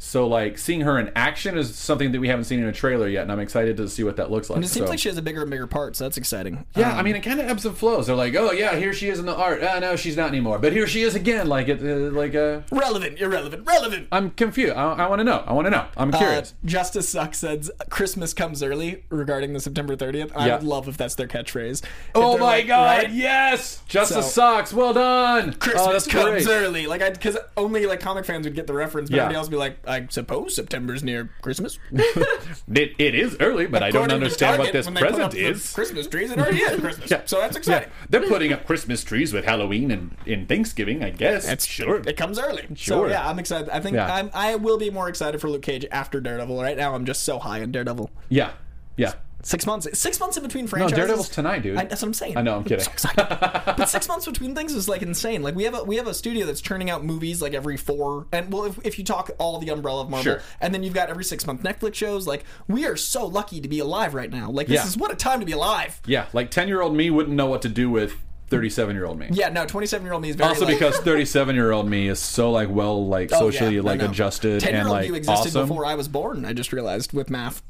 B: So like seeing her in action is something that we haven't seen in a trailer yet, and I'm excited to see what that looks like.
D: And it seems
B: So-
D: like she has a bigger and bigger part, so that's exciting. Uh,
B: yeah, I mean, it kind of ebbs and flows. They're like, oh yeah, here she is in the art. Ah, no, she's not anymore. But here she is again. Like it, uh, like uh,
D: Relevant, irrelevant, relevant.
B: I'm confused. I, I want to know. I want to know. I'm curious.
D: Uh, Justice Suck says Christmas comes early regarding the September 30th. I
B: Yeah.
D: would love if that's their catchphrase. If
B: oh
D: they're
B: my
D: like,
B: god,
D: right?
B: yes, Justice
D: So-
B: Socks. Well done. oh,
D: Christmas
B: that's
D: comes
B: great.
D: early, like I because only like comic fans would get the reference, but
B: Yeah.
D: everybody else would be like, I suppose September's near Christmas.
B: It, it is early, but I don't
D: According to
B: understand what
D: Target,
B: this
D: when they put
B: present
D: up the
B: is.
D: Christmas trees. It already is Christmas,
B: Yeah.
D: so that's
B: Yeah,
D: exciting.
B: they're putting up Christmas trees with Halloween and, and Thanksgiving, I guess.
D: That's
B: sure.
D: It comes early.
B: Sure.
D: So yeah, I'm excited. I think
B: Yeah.
D: I'm, I will be more excited for Luke Cage after Daredevil. Right now, I'm just so high on Daredevil.
B: Yeah, yeah.
D: Six months. Six months in between
B: No,
D: franchises.
B: Daredevil's tonight, dude.
D: I, that's what I'm saying.
B: I know. I'm kidding.
D: so excited. but six months between things is like insane. Like we have a we have a studio that's churning out movies like every four and well if, if you talk all the umbrella of Marvel
B: Sure.
D: and then you've got every six month Netflix shows. Like we are so lucky to be alive right now. Like this
B: Yeah.
D: is what a time to be alive.
B: Yeah, like 10 year old me wouldn't know what to do with 37 year old me.
D: Yeah, no, twenty seven year old me is very
B: Also
D: like-
B: because 37 year old me is so like well like
D: Oh,
B: socially
D: yeah, I
B: like
D: know.
B: adjusted and
D: 10-year-old
B: like
D: you existed
B: awesome.
D: before I was born. I just realized with math.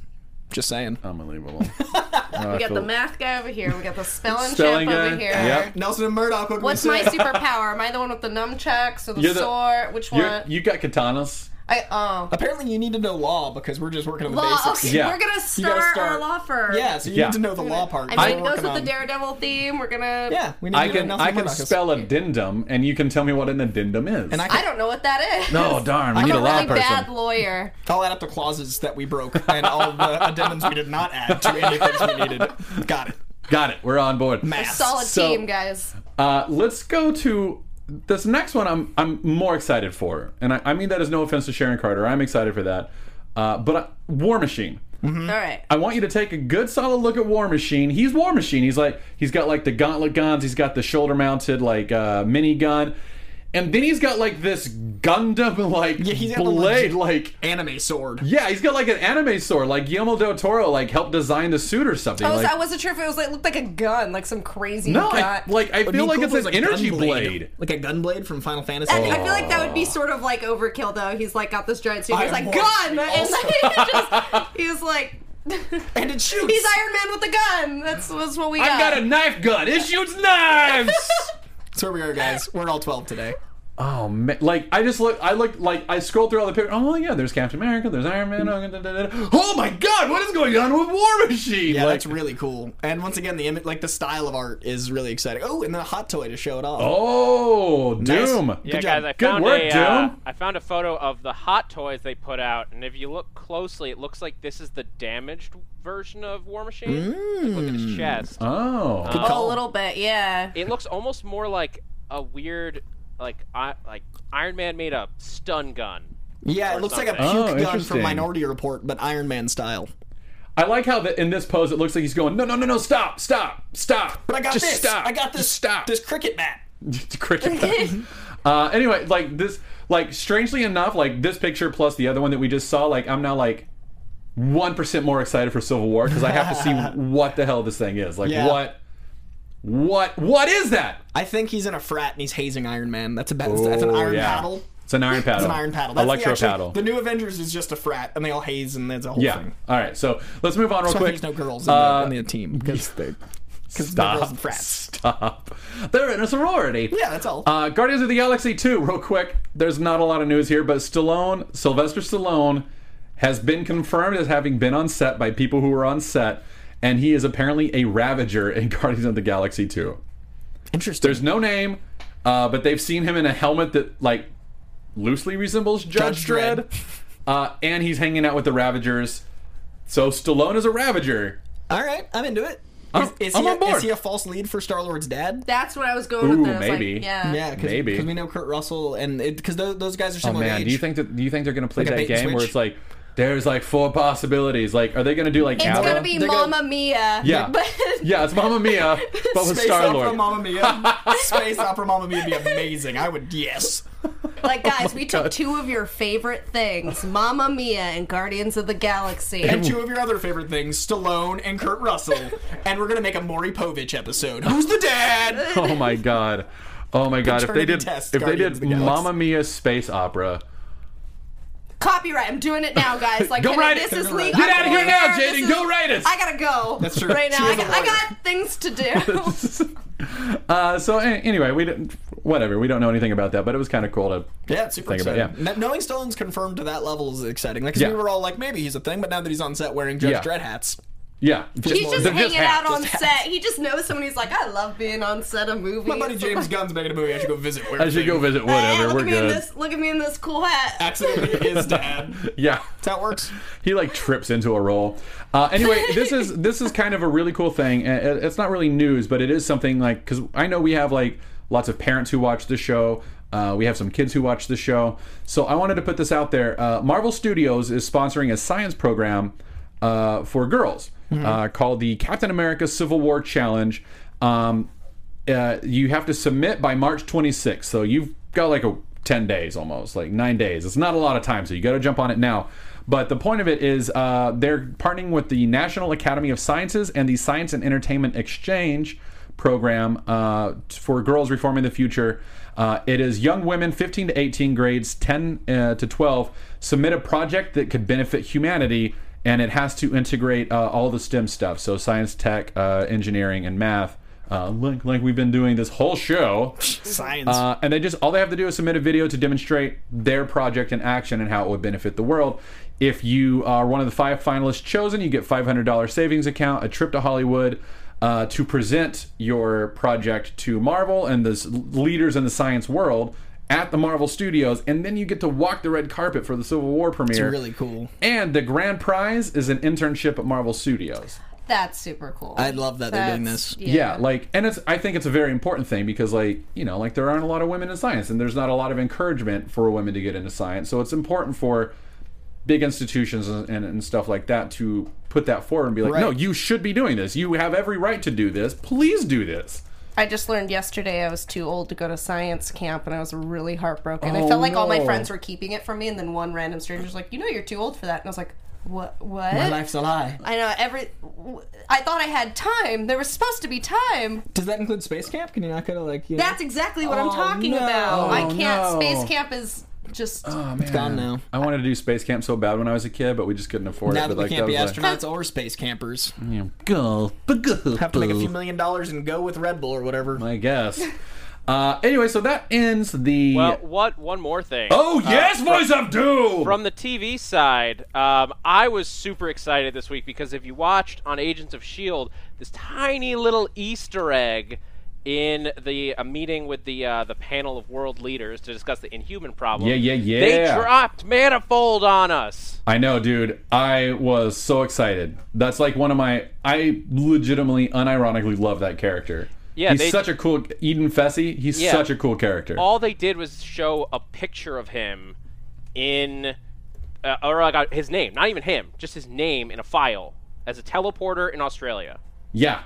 D: Just saying.
B: Oh. Unbelievable.
F: We got the math guy over here. We got the spelling,
B: Spelling
F: champ
B: guy.
F: over here.
B: Yep.
D: Nelson and Murdoch. What
F: What's my superpower? Am I the one with the nunchucks or the
B: You're the-
F: sword? Which
B: You're,
F: one?
B: you got katanas.
F: I oh.
D: Apparently, you need to know law because we're just working on the
F: Law.
D: basics.
F: Okay,
B: Yeah.
F: we're gonna
D: You gotta
F: start, our
D: start-
F: law firm.
D: Yeah, so you
B: Yeah. um,
D: need to know the law part.
F: I mean,
D: We're
F: it goes
D: working
F: with the
D: on-
F: Daredevil theme. We're gonna.
D: Yeah, we need
B: I
D: to know
B: can
D: Nelson
B: I can
D: Murdoch is-
B: spell addendum and you can tell me what an addendum is.
D: And I
F: I
D: can,
F: don't know what that is.
B: oh darn, we
F: I'm
B: need a
F: a
B: law
F: really bad
B: person.
F: lawyer.
D: I'll add up the clauses that we broke and all the addendums we did not add to any things we needed. Got it.
B: Got it. We're on board.
D: Math.
F: Solid
B: So-
F: team, guys.
B: Uh, let's go to this next one. I'm I'm more excited for, and I, I mean that is no offense to Sharon Carter. I'm excited for that. Uh, but uh, War Machine.
F: All right.
B: Hmm? I want you to take a good solid look at War Machine. He's War Machine. He's like he's got like the gauntlet guns. He's got the shoulder mounted like uh, mini gun, and then he's got like this Gundam like
D: he's got a
B: blade
D: legit-
B: like.
D: Anime sword.
B: Yeah, he's got like an anime sword. Like Guillermo del Toro like helped design the suit or something.
F: I, was,
B: like,
F: I wasn't sure if it was like looked like a gun, like some crazy
B: no, I,
F: gun.
B: like I
D: It'd
B: feel
D: be
B: like
D: cool
B: it's
D: if it
B: an
D: was like a
B: energy
D: gun
B: blade.
D: Like a gun blade from Final Fantasy.
F: I feel like that would
D: Oh.
F: be sort of like overkill, though. He's like got this giant suit.
D: I am
F: He's like
D: more
F: gun, and
D: extreme
F: like, just, he's like.
D: and it shoots.
F: He's Iron Man with a gun. That's, that's what we got.
B: I've got a knife gun. It shoots knives.
D: That's where we are, guys. We're all 12 today.
B: oh man! Like I just look. I looked. Like I scrolled through all the pictures. Oh yeah, there's Captain America. There's Iron Man. Oh, da, da, da, da. Oh, my God! What is going on with War Machine?
D: Yeah,
B: like,
D: that's really cool. And once again, the image, like the style of art, is really exciting. Oh, and the hot toy to show it off.
B: Oh, Doom.
E: Yeah, guys, I
B: Good
E: found
B: work,
E: a, uh,
B: Doom.
E: I found a photo of the hot toys they put out, and if you look closely, it looks like this is the damaged version of War Machine. Like, look at his chest.
B: Oh.
F: a little bit, yeah.
E: It looks almost more like a weird like I, like Iron Man made a stun gun.
D: Yeah, it
E: Or
D: looks like a puke
E: something.
B: Oh,
D: gun
B: interesting.
D: from Minority Report, but Iron Man style.
B: I like how that in this pose it looks like he's going, no, no, no, no, stop, stop, stop.
D: But I got
B: Just
D: this.
B: Stop.
D: I got this.
B: Just stop.
D: This cricket bat.
B: cricket. bat. uh, anyway, like this, like strangely enough, like this picture plus the other one that we just saw, like I'm now like one percent more excited for Civil War because I have to see what the hell this thing is. Like
D: Yeah.
B: what, what, what is that?
D: I think he's in a frat and he's hazing Iron Man. That's a ba- that's an
B: Oh,
D: iron
B: yeah.
D: paddle.
B: It's an iron paddle.
D: It's an iron paddle. That's the
B: Electro
D: actually-
B: paddle.
D: The new Avengers is just a frat, and they all haze, and there's a whole
B: yeah.
D: thing.
B: All right. So let's move on real
D: So
B: quick.
D: there's no girls in,
B: Uh,
D: the, in the team because they because they're girls
B: Stop.
D: and frats.
B: Stop. They're in a sorority.
D: Yeah, that's all.
B: Uh, Guardians of the Galaxy 2, real quick. There's not a lot of news here, but Stallone, Sylvester Stallone, has been confirmed as having been on set by people who were on set, and he is apparently a Ravager in Guardians of the Galaxy 2.
D: Interesting.
B: There's no name, uh, but they've seen him in a helmet that, like, loosely resembles Judge,
D: Judge Dredd.
B: Dredd. Uh, and he's hanging out with the Ravagers. So Stallone is a Ravager.
D: all right, I'm into it.
B: I'm-
D: Is, is
B: I'm
D: he
B: on
D: a,
B: board.
D: is he a false lead for Star Lord's dad?
F: That's what I was going
B: Ooh,
F: with. That. I was
B: maybe.
F: Like, yeah.
D: Yeah, cause,
B: Maybe.
D: because we know Kurt Russell and because those, those guys are
B: Oh
D: similar
B: man,
D: age.
B: do you think that do you think they're gonna play
D: Like a
B: that
D: bait and
B: game where
D: switch?
B: it's like there's like four possibilities? Like, are they gonna do like
F: It's
B: ABBA?
F: gonna be
D: They're gonna-
F: Mamma Mia.
B: yeah,
F: But
B: yeah, it's Mamma Mia, but with
D: Space
B: Star
D: opera,
B: Lord.
D: Mamma Mia. Space opera, Mamma Mia would be amazing. I would yes.
F: like,
B: Oh
F: guys, we took two of your favorite things, Mamma Mia and Guardians of the Galaxy.
D: And two of your other favorite things, Stallone and Kurt Russell. and we're gonna make a Maury Povich episode. Who's the dad?
B: Oh my god, oh my god, if they
D: Paternity
B: did
D: test,
B: if they
D: Guardians
B: did
D: of the Galaxy.
B: Mamma Mia space opera,
F: Copyright. I'm doing it now, guys. Like,
B: Go
F: can I-
B: write it.
F: this is
D: Go write it.
F: legal.
B: get out of here now,
F: This
B: Jaden.
F: is-
B: Go write it.
F: I gotta go. That's
D: true.
F: Right now,
D: She
F: I
D: is a
F: got, I
D: lawyer.
F: got things to do.
B: Uh, so an- anyway, we didn't, whatever, we don't know anything about that, but it was kind of cool to.
D: Yeah, it's super
B: Think about it,
D: exciting. Kn- Knowing Stallone's confirmed to that level is exciting. Like 'cause
B: Yeah.
D: we were all like, maybe he's a thing, but now that he's on set wearing Judge
B: Yeah.
D: Dredd hats,
B: Yeah,
F: He's just
B: they're
F: hanging out
B: hats.
F: on set. He just knows someone. He's like, I love being on set of movies.
D: my buddy James Gunn's making a movie. I should go visit. Where
B: I should go visit.
F: Hey,
B: Whatever,
F: look
B: we're
F: at me In
B: good.
F: this, look at me in this cool hat.
D: Accidentally, his dad. That's
B: Yeah.
D: how it works.
B: he like trips into a role. Uh, anyway, this is this is kind of a really cool thing. and it- It's not really news, but it is something like because I know we have like lots of parents who watch the show. Uh, we have some kids who watch the show. So I wanted to put this out there. Uh, Marvel Studios is sponsoring a science program uh, for girls uh, called the Captain America Civil War Challenge. Um, uh, you have to submit by March 26th. So you've got like a 10 days almost, like nine days. It's not a lot of time, so you got to jump on it now. But the point of it is uh, they're partnering with the National Academy of Sciences and the Science and Entertainment Exchange program uh, t- for girls reforming the future. Uh, it is young women, 15 to 18 grades, 10 uh, to 12, submit a project that could benefit humanity, and it has to integrate uh, all the STEM stuff, so science, tech, uh, engineering, and math uh, like, like we've been doing this whole show.
D: Science.
B: Uh, and they just all they have to do is submit a video to demonstrate their project in action and how it would benefit the world. If you are one of the five finalists chosen, you get $500 savings account, a trip to Hollywood uh, to present your project to Marvel and the s- leaders in the science world at the Marvel Studios, and then you get to walk the red carpet for the Civil War premiere.
D: really cool.
B: And the grand prize is an internship at Marvel Studios.
F: That's super cool.
D: I love that they're doing
F: That's-
D: this.
B: yeah like and it's i think it's a very important thing because like you know like there aren't a lot of women in science and there's not a lot of encouragement for women to get into science so it's important for big institutions and, and, and stuff like that to put that forward and be like
D: Right.
B: no you should be doing this you have every right to do this please do this
F: I just learned yesterday I was too old to go to science camp and I was really heartbroken.
B: Oh,
F: I felt like all my
B: no.
F: friends were keeping it from me, and then one random stranger was like, "You know, you're too old for that," and I was like, "What? What?"
D: My life's a lie.
F: I know every. w- I thought I had time. There was supposed to be time.
D: Does that include space camp? Can you not go to like? You know,
F: That's exactly what
D: Oh,
F: I'm talking
D: no. Oh.
F: about. I
B: Oh,
F: can't.
B: no.
F: Space camp is just.
D: it's gone now.
B: i wanted to do space camp so bad when i was a kid but we just couldn't afford
D: Now
B: it
D: that
B: but
D: we
B: like
D: can't be
B: that was like,
D: astronauts or space campers,
B: you know, go, but go,
D: have to make a few million dollars and go with Red Bull or whatever.
B: i guess uh anyway so that ends the
E: Well, what? One more thing.
B: oh yes voice of doom
E: From the TV side, um, I was super excited this week because if you watched on Agents of Shield, E this tiny little Easter egg in the a meeting with the uh, the panel of world leaders to discuss the Inhuman problem.
B: Yeah, yeah, yeah.
E: They dropped Manifold on us.
B: I know, dude. I was so excited. That's like one of my. I legitimately, unironically love that character.
E: Yeah,
B: he's
E: they-
B: such a cool Eden Fessy. He's
E: Yeah.
B: such a cool character.
E: all they did was show a picture of him in uh, or like uh, his name not even him just his name in a file as a teleporter in australia
B: yeah.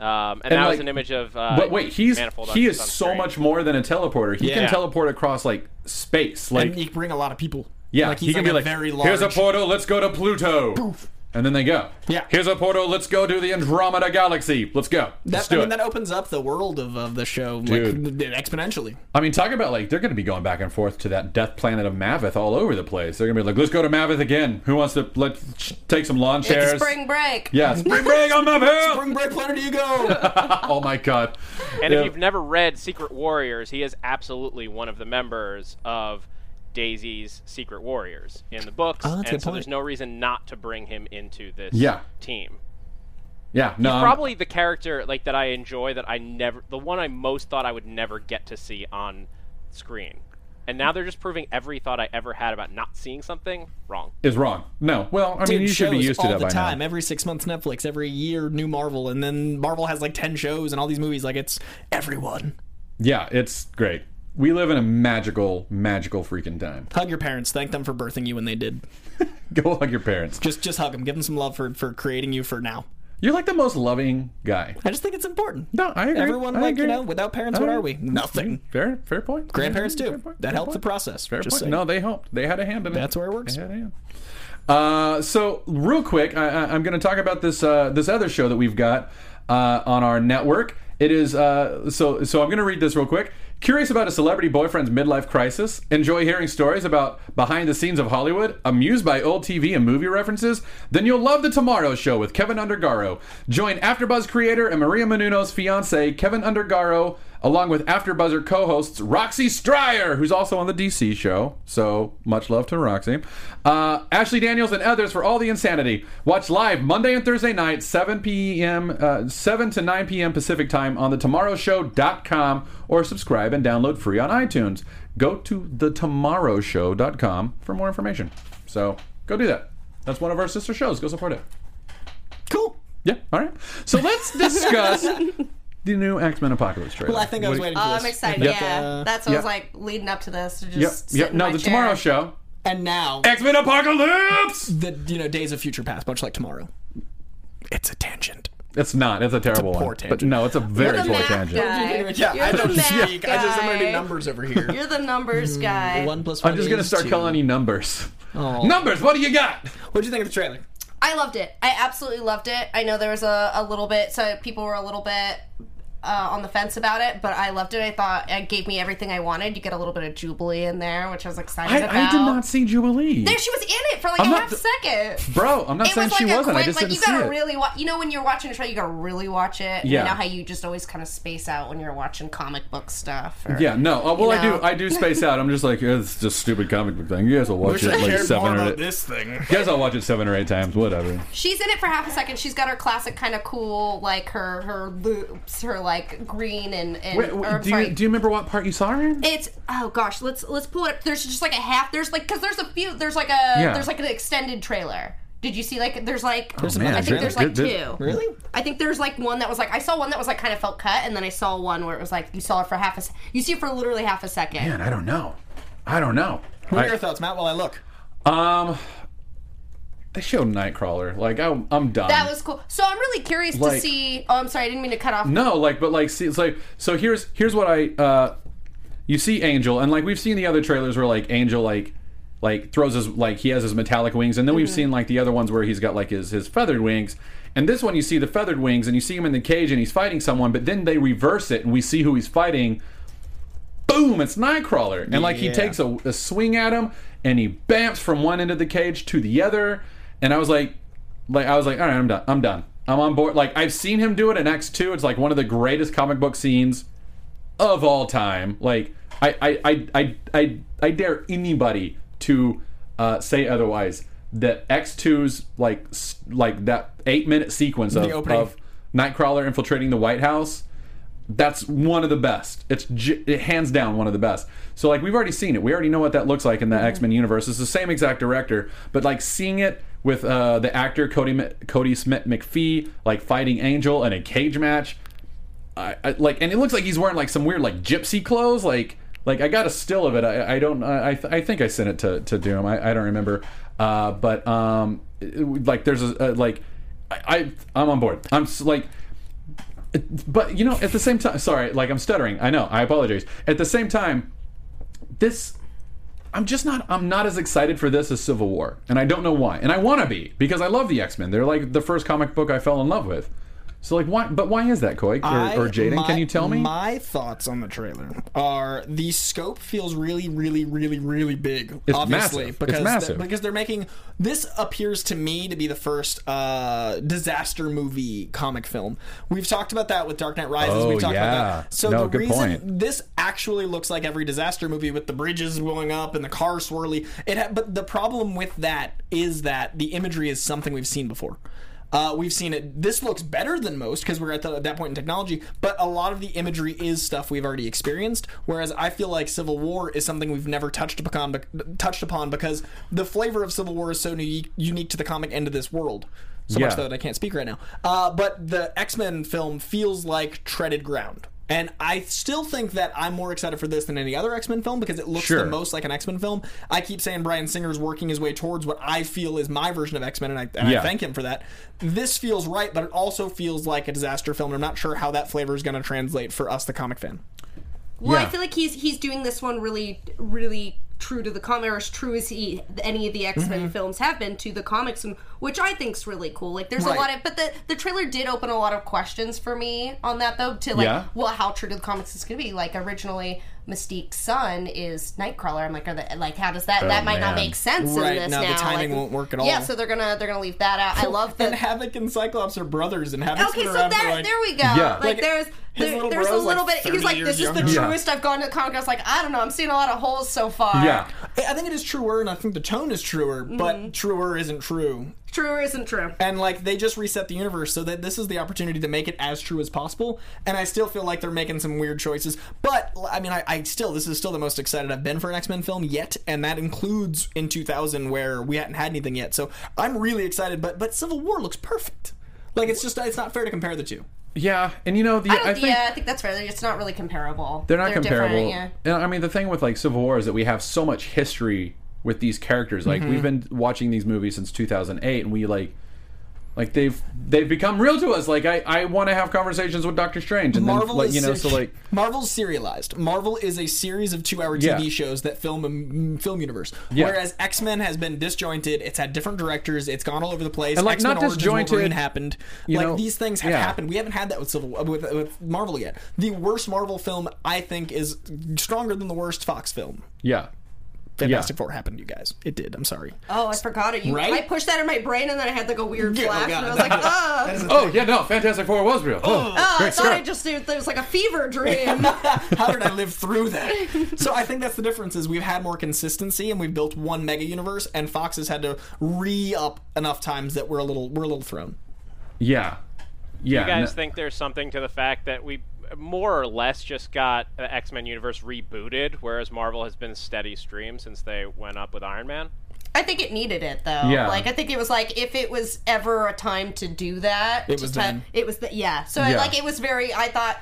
E: um, and,
B: And,
E: that
B: like-
E: was an image of uh,
B: But wait, he's
E: Manifold on-
B: he is
E: on
B: so
E: screen.
B: much more than a teleporter. He can
D: Yeah.
B: teleport across like space. Like
D: and you bring a lot of people.
B: yeah,
D: like he's
B: he can
D: like
B: be
D: a
B: like
D: very large.
B: here's a portal, let's go to Pluto. And then they go.
D: Yeah.
B: Here's a portal, let's go to the Andromeda galaxy. Let's go. let's
D: That,
B: do
D: I mean,
B: it.
D: that opens up the world of, of the show
B: Dude.
D: like exponentially.
B: I mean, talk about like they're going to be going back and forth to that death planet of Mavith all over the place. They're going to be like, let's go to Mavith again. Who wants to let's sh- take some lawn chairs?
F: It's spring break.
B: Yeah, spring break on Mavith.
D: Spring break planet, do you go?
B: oh my god.
E: and
B: Yeah.
E: if you've never read secret warriors he is absolutely one of the members of daisy's secret warriors in the books
D: Oh, that's a
E: and
D: good
E: so there's
D: point.
E: no reason not to bring him into this
B: Yeah.
E: team
B: yeah, no,
D: Um,
B: I'm-
E: probably the character like that I enjoy that I never the one I most thought I would never get to see on screen. And now they're just proving every thought I ever had about not seeing something wrong.
B: is wrong. No, well, I mean,
D: Dude,
B: you should be
D: shows
B: used to
D: all
B: that
D: the
B: by
D: time.
B: now.
D: Every six months, Netflix. Every year, new Marvel, and then Marvel has like ten shows and all these movies. Like it's everyone.
B: Yeah, it's great. We live in a magical, magical freaking time.
D: Hug your parents. Thank them for birthing you when they did.
B: Go hug your parents.
D: Just just hug them. Give them some love for for creating you for now.
B: You're like the most loving guy.
D: I just think it's important.
B: No, I agree.
D: Everyone,
B: I
D: like
B: agree.
D: you know, without parents, what
B: I-
D: are we? Nothing.
B: Fair, fair point.
D: Grandparents
B: Fair
D: too.
B: point.
D: That
B: Fair
D: helped the
B: point.
D: process.
B: Fair
D: Just
B: point.
D: saying.
B: No, they helped. They had a hand in it.
D: That's where it works.
B: They had a hand. Uh, so real quick, I, I, I'm going to talk about this uh, this other show that we've got uh, on our network. It is uh, so so. I'm going to read this real quick. Curious about a celebrity boyfriend's midlife crisis? Enjoy hearing stories about behind the scenes of Hollywood? Amused by old TV and movie references? Then you'll love The Tomorrow Show with Kevin Undergaro. Join AfterBuzz creator and Maria Menounos' fiance, Kevin Undergaro, along with AfterBuzzer co-hosts Roxy Stryer, who's also on the DC show. So much love to Roxy, uh, Ashley Daniels, and others for all the insanity. Watch live Monday and Thursday night, 7 p.m. Uh, 7 to 9 p.m. Pacific time on thetomorrowshow.com, or subscribe and download free on iTunes. Go to thetomorrowshow.com for more information. So go do that. That's one of our sister shows. Go support it.
D: Cool.
B: Yeah. All right. So let's discuss the new X Men Apocalypse trailer.
D: Well, I think I
B: What
D: was
B: do you-
D: waiting for
F: Oh,
D: this.
F: I'm excited.
B: Yep.
F: Yeah,
D: Uh,
F: that's what I was
B: yep.
F: like leading up to this. to
B: Yep.
F: Just sit
B: Yep.
F: in
B: No,
F: my
B: the
F: chair.
B: Tomorrow Show.
D: And now
B: X Men Apocalypse.
D: the you know days of future past, much like tomorrow. It's a tangent.
B: It's not. It's a terrible
D: poor
B: one. But
D: tangent.
B: no, it's a very
F: What a
B: poor
F: math
B: tangent.
F: guy. Guy.
D: Yeah, I
F: You're
D: don't
F: the math
D: speak. I just I'm gonna do
F: guy.
D: numbers over here.
F: You're the numbers
B: Hmm.
F: guy.
D: One plus one.
B: I'm just gonna
D: is
B: start
D: two.
B: calling you numbers.
D: Aw.
B: Numbers. What do you got?
D: What'd you think of the trailer?
F: I loved it. I absolutely loved it. I know there was a, a little bit, so people were a little bit uh, on the fence about it, but I loved it. I thought it gave me everything I wanted. You get a little bit of Jubilee in there, which I was excited
B: I,
F: about.
B: I did not see Jubilee.
F: There she was in it for like
B: I'm
F: a
B: not
F: half
B: th-
F: second.
B: Bro, I'm not
F: It
B: saying
F: was like
B: she
F: a
B: wasn't.
F: quick,
B: I just
F: like
B: didn't
F: you gotta
B: see it.
F: really watch. You know when you're watching a show, you gotta really watch it.
B: Yeah.
F: You know how you just always kind of space out when you're watching comic book stuff. Or,
B: Yeah, no. Uh, well,
F: you
B: I do.
F: know.
B: I do space out. I'm just like "Yeah, it's just stupid comic book thing. You guys will watch it like seven or eight.
D: this thing.
B: You guys, I'll watch it seven or eight times. Whatever.
F: She's in it for half a second. She's got her classic kind of cool, like her her loops, her like green and and.
B: Wait,
F: or, I'm
B: wait, do
F: sorry,
B: you do you remember what part you saw her in?
F: It's oh gosh, let's let's pull it up. There's just like a half. There's like because there's a few. There's like a
B: Yeah. Oh,
F: there's like an extended trailer. Did you see like there's like
B: man,
F: I think
B: really?
F: there's like
B: Did- did-
F: two.
D: Really?
F: I think there's like one that was like I saw one that was like kind of felt cut, and then I saw one where it was like you saw it for half a se- you see it for literally half a second.
B: Man, I don't know. I don't know.
D: What are
B: I-
D: your thoughts, Matt? While I look,
B: Um, they showed Nightcrawler. Like I'm, I'm done.
F: That was cool. So I'm really curious
B: Like-
F: to see. Oh, I'm sorry, I didn't mean to cut off.
B: no, like, but like, see, it's like, so here's here's what I, uh, you see Angel, and like we've seen the other trailers where like Angel like like throws his like he has his metallic wings, and then we've seen like the other ones where he's got like his his feathered wings. And this one, you see the feathered wings, and you see him in the cage, and he's fighting someone. But then they reverse it, and we see who he's fighting. Boom! It's Nightcrawler, and like he
D: Yeah.
B: takes a, a swing at him, and he bamps from one end of the cage to the other. And I was like, like I was like, all right, I'm done. I'm done. I'm on board. Like I've seen him do it in X2. It's like one of the greatest comic book scenes of all time. Like I I I I I, I dare anybody to uh, say otherwise that X2's like s- like that 8 minute sequence of,
D: The opening.
B: of Nightcrawler infiltrating the White House that's one of the best. It's j- it, hands down one of the best. So like we've already seen it. We already know what that looks like
D: Mm-hmm.
B: in the X Men universe. It's the same exact director, but like seeing it with uh, the actor Cody M- Cody Smith McPhee like fighting Angel in a cage match. I, I like, and it looks like he's wearing like some weird like gypsy clothes. Like, like I got a still of it. I, I don't. I, I th- I think I sent it to to Doom. I, I don't remember. Uh, but um, it- it- like there's a, a like, I, I I'm on board. I'm s- like. But you know, at the same time, sorry, like I'm stuttering. I know. I apologize. At the same time, this I'm just not I'm not as excited for this as Civil War, and I don't know why. And I want to be because I love the X Men. They're like the first comic book I fell in love with. So like why? But why is that, Koi or,
D: I-
B: or Jaden?
D: my-
B: Can you tell me?
D: My thoughts on the trailer are the scope feels really, really, really, really big.
B: It's
D: obviously,
B: massive. It's
D: because
B: massive.
D: They're, because they're making this appears to me to be the first uh, disaster movie comic film. We've talked about that with Dark Knight Rises.
B: Oh,
D: We've talked
B: yeah.
D: about that. So
B: No,
D: the
B: good
D: reason
B: point.
D: this actually looks like every disaster movie with the bridges blowing up and the car swirly. It ha- but the problem with that is that the imagery is something we've seen before. Uh, we've seen it. This looks better than most because we're at the, that point in technology. But a lot of the imagery is stuff we've already experienced. Whereas I feel like Civil War is something we've never touched upon, touched upon because the flavor of Civil War is so new, unique to the comic and to this world. So
B: Yeah.
D: much so that I can't speak right now. Uh, but the X Men film feels like treaded ground. And I still think that I'm more excited for this than any other X Men film because it looks
B: Sure.
D: the most like an X Men film. I keep saying Brian Singer's working his way towards what I feel is my version of X Men, and, I, and
B: Yeah.
D: I thank him for that. This feels right, but it also feels like a disaster film. And I'm not sure how that flavor is going to translate for us, the comic fan.
F: Well,
B: Yeah.
F: I feel like he's he's doing this one really, really true to the comic, or as true as he any of the X
B: Mm-hmm.
F: Men films have been to the comics, and- which I think's really cool. Like, there's
D: Right.
F: a lot of, but the the trailer did open a lot of questions for me on that though. To like,
B: Yeah.
F: well, how true to the comics is going to be? Like, originally Mystique's son is Nightcrawler. I'm like, are the, like, how does that? that might not
B: Oh, man.
F: make sense
D: Right.
F: in this
D: No,
F: now.
D: the timing
F: Like,
D: won't work at all.
F: Yeah, so they're gonna they're gonna leave that out. I love
D: And
F: the.
D: Havoc and Cyclops are brothers, and Havoc's
F: Okay,
D: been
F: so
D: around for
F: there,
D: like.
F: there we go.
B: Yeah.
F: Like,
D: Like,
F: there's
D: his
F: there,
D: little
F: there's a
D: bro's,
F: little
D: like,
F: bit. He's
D: 30
F: like,
D: years
F: this is the
D: younger.
B: Yeah.
F: truest I've gone to the comic. I was like, I don't know. I'm seeing a lot of holes so far.
B: yeah,
D: I think it is truer, and I think the tone is truer,
F: Mm-hmm.
D: but truer isn't true.
F: true or isn't true.
D: and like they just reset the universe so that this is the opportunity to make it as true as possible and i still feel like they're making some weird choices but i mean i, I still this is still the most excited i've been for an x-men film yet and that includes in 2000 where we hadn't had anything yet so i'm really excited but but civil war looks perfect like it's just it's not fair to compare the two
B: yeah. And you know the
F: I
B: I,
F: don't-
B: think
F: yeah, I think that's fair. It's not really comparable.
B: they're not
F: different,
B: comparable.
F: Yeah.
B: And I mean the thing with like Civil War is that we have so much history with these characters. Like we've been watching these movies since 2008, and we like. Like they've they've become real to us. Like I, I want to have conversations with Doctor Strange, and
D: Marvel
B: then like
D: is
B: you know,
D: se-
B: so like
D: Marvel's serialized. Marvel is a series of two-hour TV
B: Yeah.
D: shows that film a m- film universe.
B: Yeah.
D: Whereas X Men has been disjointed. It's had different directors. It's gone all over the place.
B: And, like,
D: X-Men
B: not
D: Origins
B: disjointed,
D: Wolverine happened.
B: you
D: Like
B: know,
D: these things have
B: yeah.
D: happened. We haven't had that with Civil with, with Marvel yet. The worst Marvel film, I think, is stronger than the worst Fox film.
B: yeah,
D: Fantastic Four happened, you guys. It did. I'm sorry.
F: Oh, I forgot it. You,
D: Right?
F: I pushed that in my brain, and then I had like a weird
D: Yeah, oh
F: flash,
D: God.
F: and I was like, oh,
B: Oh yeah, no, Fantastic Four was real. Oh,
F: oh I
B: great
F: thought I
B: start.
F: just it was like a fever dream.
D: How did I live through that? So I think that's the difference is we've had more consistency and we've built one mega universe and Fox has had to re up enough times that we're a little we're a little thrown.
B: yeah, yeah.
E: You guys
B: no-
E: think there's something to the fact that we more or less just got the X Men universe rebooted, whereas Marvel has been steady stream since they went up with Iron Man?
F: I think it needed it though.
B: Yeah.
F: Like I think it was like if it was ever a time to do that, it
D: was then.
F: It was the, yeah. So
B: Yeah.
F: I, like it was very. I thought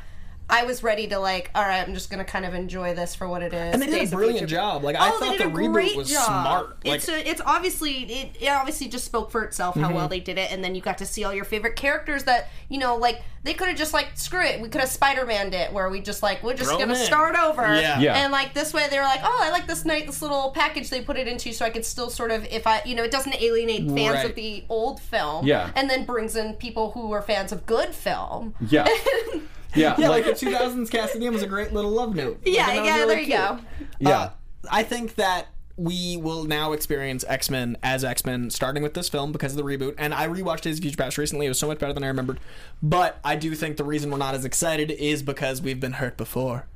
F: I was ready to like. All right, I'm just gonna kind of enjoy this for what it is.
D: And they did a
F: Days of
D: brilliant
F: Future- Oh,
D: job. Like, I
F: they
D: thought
F: did a
D: the reboot
F: great
D: was
F: job.
D: smart. Like-
F: it's a, it's obviously it, it obviously just spoke for itself how well they did it, and then you got to see all your favorite characters that you know like they could have just like screw it. We could have Spider Man it where we just like we're just
D: Throw 'em
F: gonna
D: in.
F: start over.
D: Yeah.
B: Yeah.
F: And like this way, they were like, oh, I like this night, this little package they put it into, so I could still sort of, if I, you know, it doesn't alienate fans
D: Right.
F: of the old film.
B: Yeah.
F: And then brings in people who are fans of good film.
B: Yeah. yeah,
D: Yeah,
B: like,
D: like the 2000s Cassidy was a great little love note.
F: Yeah,
D: Like, and that was
F: yeah,
D: really
F: there you
D: cute.
F: go.
B: yeah,
D: Uh, I think that we will now experience X Men as X Men, starting with this film because of the reboot. And I rewatched Days of Future Past recently; it was so much better than I remembered. But I do think the reason we're not as excited is because we've been hurt before.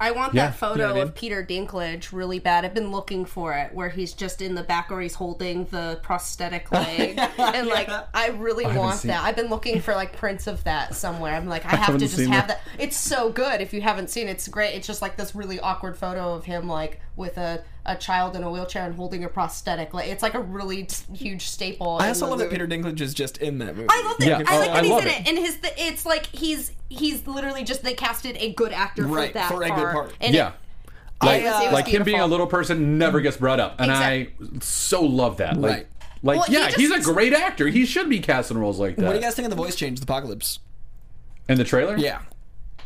F: I want
B: Yeah.
F: that photo
D: Yeah, I
F: of
D: did.
F: Peter Dinklage really bad. I've been looking for it, where he's just in the back where he's holding the prosthetic leg, and like I really want
B: seen
F: that. I've been looking for like prints of that somewhere. I'm like, I have to
B: haven't
F: just
B: seen
F: have
B: that.
F: that. It's so good. If you haven't seen, it, it's great. It's just like this really awkward photo of him like with a, a child in a wheelchair and holding a prosthetic. Like it's like a really t- huge staple.
D: I
F: in
D: also
F: the
D: love that
F: movie.
D: Peter Dinklage is just in that movie.
F: I love that.
B: Yeah.
F: I like
B: Oh,
F: that
B: I
F: he's
B: love
F: in
B: it.
F: it. And his, it's like he's he's literally just they casted a good actor
D: Right,
F: for that
D: for a good
F: part.
D: part.
F: And
B: Yeah.
F: it,
B: Like,
F: it was- it was
B: like him being a
F: beautiful.
B: little person never gets brought up, and I so love that. Like,
D: Right.
B: like
F: Well, he
B: yeah,
F: just-
B: he's a great actor. He should be casting roles like that.
D: What do you guys think of the voice change, the apocalypse?
B: in the trailer?
D: Yeah.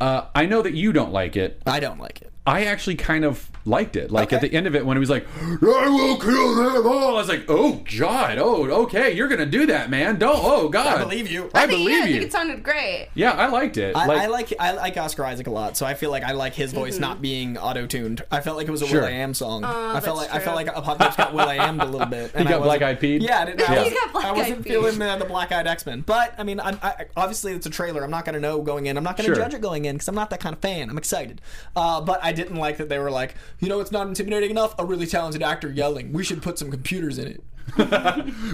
B: Uh, I know that you don't like it.
D: I don't like it.
B: I actually kind of liked it. Like at
D: Okay.
B: the end of it, when he was like, "I will kill them all," I was like, "Oh God! Oh, okay, you're gonna do that, man! Don't! Oh God!
D: I believe you.
B: I,
F: I think,
B: believe
F: yeah, I
B: you!"
F: think it sounded great.
B: yeah, I liked it.
D: I
B: like,
D: like, I like I like Oscar Isaac a lot, so I feel like I like his
F: Mm-hmm.
D: voice not being auto tuned. I felt like it was a
B: Sure.
D: Will I Am song. I
F: Oh, that's
D: felt like I
F: true.
D: felt like Apocalypse got Will I Am a little bit. And
B: got
D: I wasn't-
B: Black Eyed Pea'd?
D: Yeah, I didn't. I
B: Yeah. He
D: wasn't,
F: got Black
D: I
F: Eyed
D: wasn't
F: Pea'd.
D: feeling the, the Black Eyed X Men, but I mean, I'm, I, obviously it's a trailer. I'm not gonna know going in. I'm not gonna
B: Sure.
D: judge it going in because I'm not that kind of fan. I'm excited, uh, but I didn't like that they were like, you know, it's not intimidating enough. A really talented actor yelling. We should put some computers in it.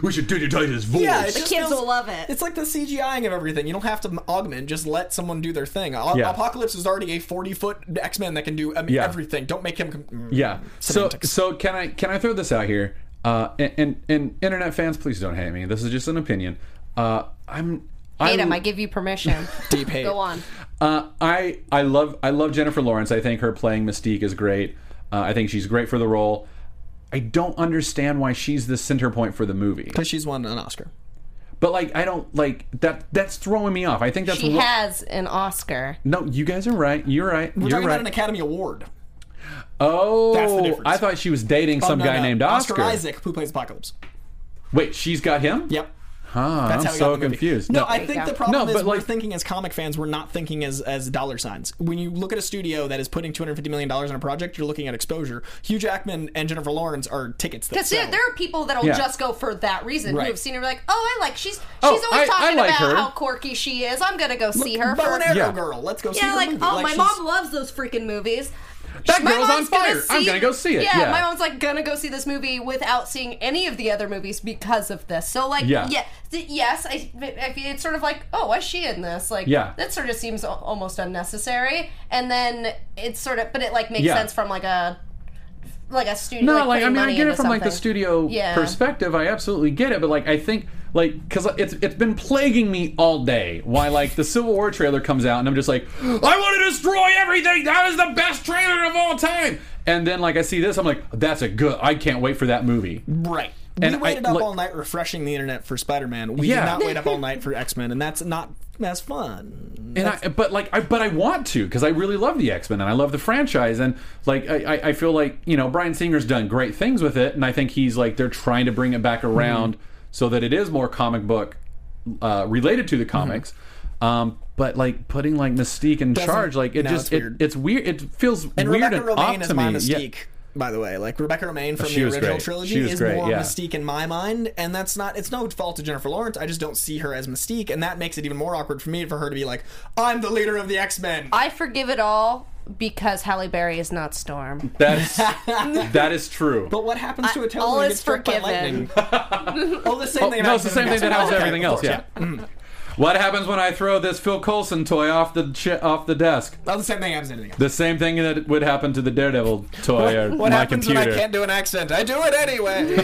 B: we should digitize his voice.
D: Yeah, it
F: The
D: just
F: kids
D: feels-
F: will love it.
D: It's like the CGIing of everything. You don't have to augment. Just let someone do their thing. A-
B: Yeah.
D: Apocalypse is already a forty-foot X-Men that can do I mean,
B: Yeah.
D: everything. Don't make him. Com- mm,
B: Yeah. So
D: Semantics.
B: so can I can I throw this out here? Uh, and, and and internet fans, please don't hate me. This is just an opinion. Uh, I'm.
F: Hate
B: I'm-
F: him, I give you permission.
D: Deep hate.
F: Go on.
B: Uh, I I love I love Jennifer Lawrence. I think her playing Mystique is great. Uh, I think she's great for the role. I don't understand why she's the center point for the movie.
D: Because she's won an Oscar.
B: But like I don't like that. That's throwing me off. I think that's
F: She
B: wha-
F: has an Oscar.
B: no. You guys are right. You're right.
D: We're
B: You're
D: talking about an
B: right.
D: Academy Award.
B: oh,
D: That's the difference.
B: I thought she was dating some
D: Oh, no,
B: guy
D: no.
B: named Oscar.
D: Isaac, who plays Apocalypse.
B: Wait, she's got him.
D: Yep.
B: Huh, I'm
D: That's how we got
B: so
D: the movie.
B: confused.
D: No,
B: No,
D: I think
F: go.
D: the problem
B: No,
D: is
B: but,
D: we're
B: like-
D: thinking as comic fans, we're not thinking as as dollar signs. When you look at a studio that is putting two hundred fifty million dollars on a project, you're looking at exposure. Hugh Jackman and Jennifer Lawrence are tickets. That
F: Because
D: sell.
F: there are people that'll
B: Yeah.
F: just go for that reason
D: Right.
F: who have seen her like, oh, I like she's she's
B: Oh, I- I
F: always talking
B: like
F: about
B: her."
F: how quirky she is. I'm gonna go see her.
D: Bow
F: For,
D: and arrow
B: Yeah.
D: girl. Let's go see
F: yeah,
D: her
F: like
D: movie.
F: oh, my
D: she's-
F: mom loves those freaking movies.
B: That
F: My
B: girl's on
F: mom's
B: fire. I'm gonna go see it.
F: Yeah,
B: Yeah.
F: my mom's like gonna go see this movie without seeing any of the other movies because of this. So like,
B: Yeah.
F: yeah, th- yes, I, I, feel- it's sort of like, oh, why is she in this? Like,
B: Yeah.
F: that sort of seems al- almost unnecessary. And then it's sort of, but it like makes
B: Yeah.
F: sense from like a like a studio.
B: No, like,
F: putting
B: I mean, I
F: money
B: get it
F: into
B: from like the
F: something.
B: studio
F: Yeah.
B: perspective. I absolutely get it, but like, I think like because it's it's been plaguing me all day why like the Civil War trailer comes out and I'm just like, I want to destroy everything. That is the best trailer of all time. And then like I see this, I'm like, that's a good. I can't wait for that movie.
D: Right.
B: And I-
D: we waited up
B: look-
D: all night refreshing the internet for Spider Man. We
B: Yeah.
D: did not wait up all night for X Men, and that's not as fun.
B: And I, but like I, but I want to because I really love the X Men and I love the franchise and like I, I- I feel like you know Brian Singer's done great things with it and I think he's like they're trying to bring it back
D: Hmm.
B: around so that it is more comic book uh, related to
D: Hmm.
B: the comics. Um, but like putting like Mystique in charge, like it
D: no,
B: just
D: it's
B: it,
D: weird.
B: it's weird. It feels
D: And
B: weird
D: Rebecca
B: and
D: Romaine
B: off
D: is
B: to
D: my
B: me. Yeah.
D: Mystique, by the way. Like Rebecca Romaine from
B: She
D: the
B: was
D: original
B: great. She
D: trilogy
B: was
D: is
B: great,
D: more
B: yeah.
D: Mystique in my mind, and that's not. It's no fault of Jennifer Lawrence. I just don't see her as Mystique, and that makes it even more awkward for me for her to be like, "I'm the leader of the X Men."
F: I forgive it all because Halle Berry is not Storm.
B: That's that is true.
D: But what happens to a
F: all
D: tail when it
F: is
D: gets struck by
F: forgiven.
D: lightning? oh, the same thing.
B: no, it's the same thing that happens to
D: Okay,
B: everything
D: of
B: else.
D: course,
B: Yeah. Mm. What happens when I throw this Phil Coulson toy off the chi- off the desk?
D: Oh, the same thing happens to anything else.
B: The same thing that would happen to the Daredevil toy or
D: What
B: my
D: happens
B: computer.
D: when I can't do an accent? I do it anyway.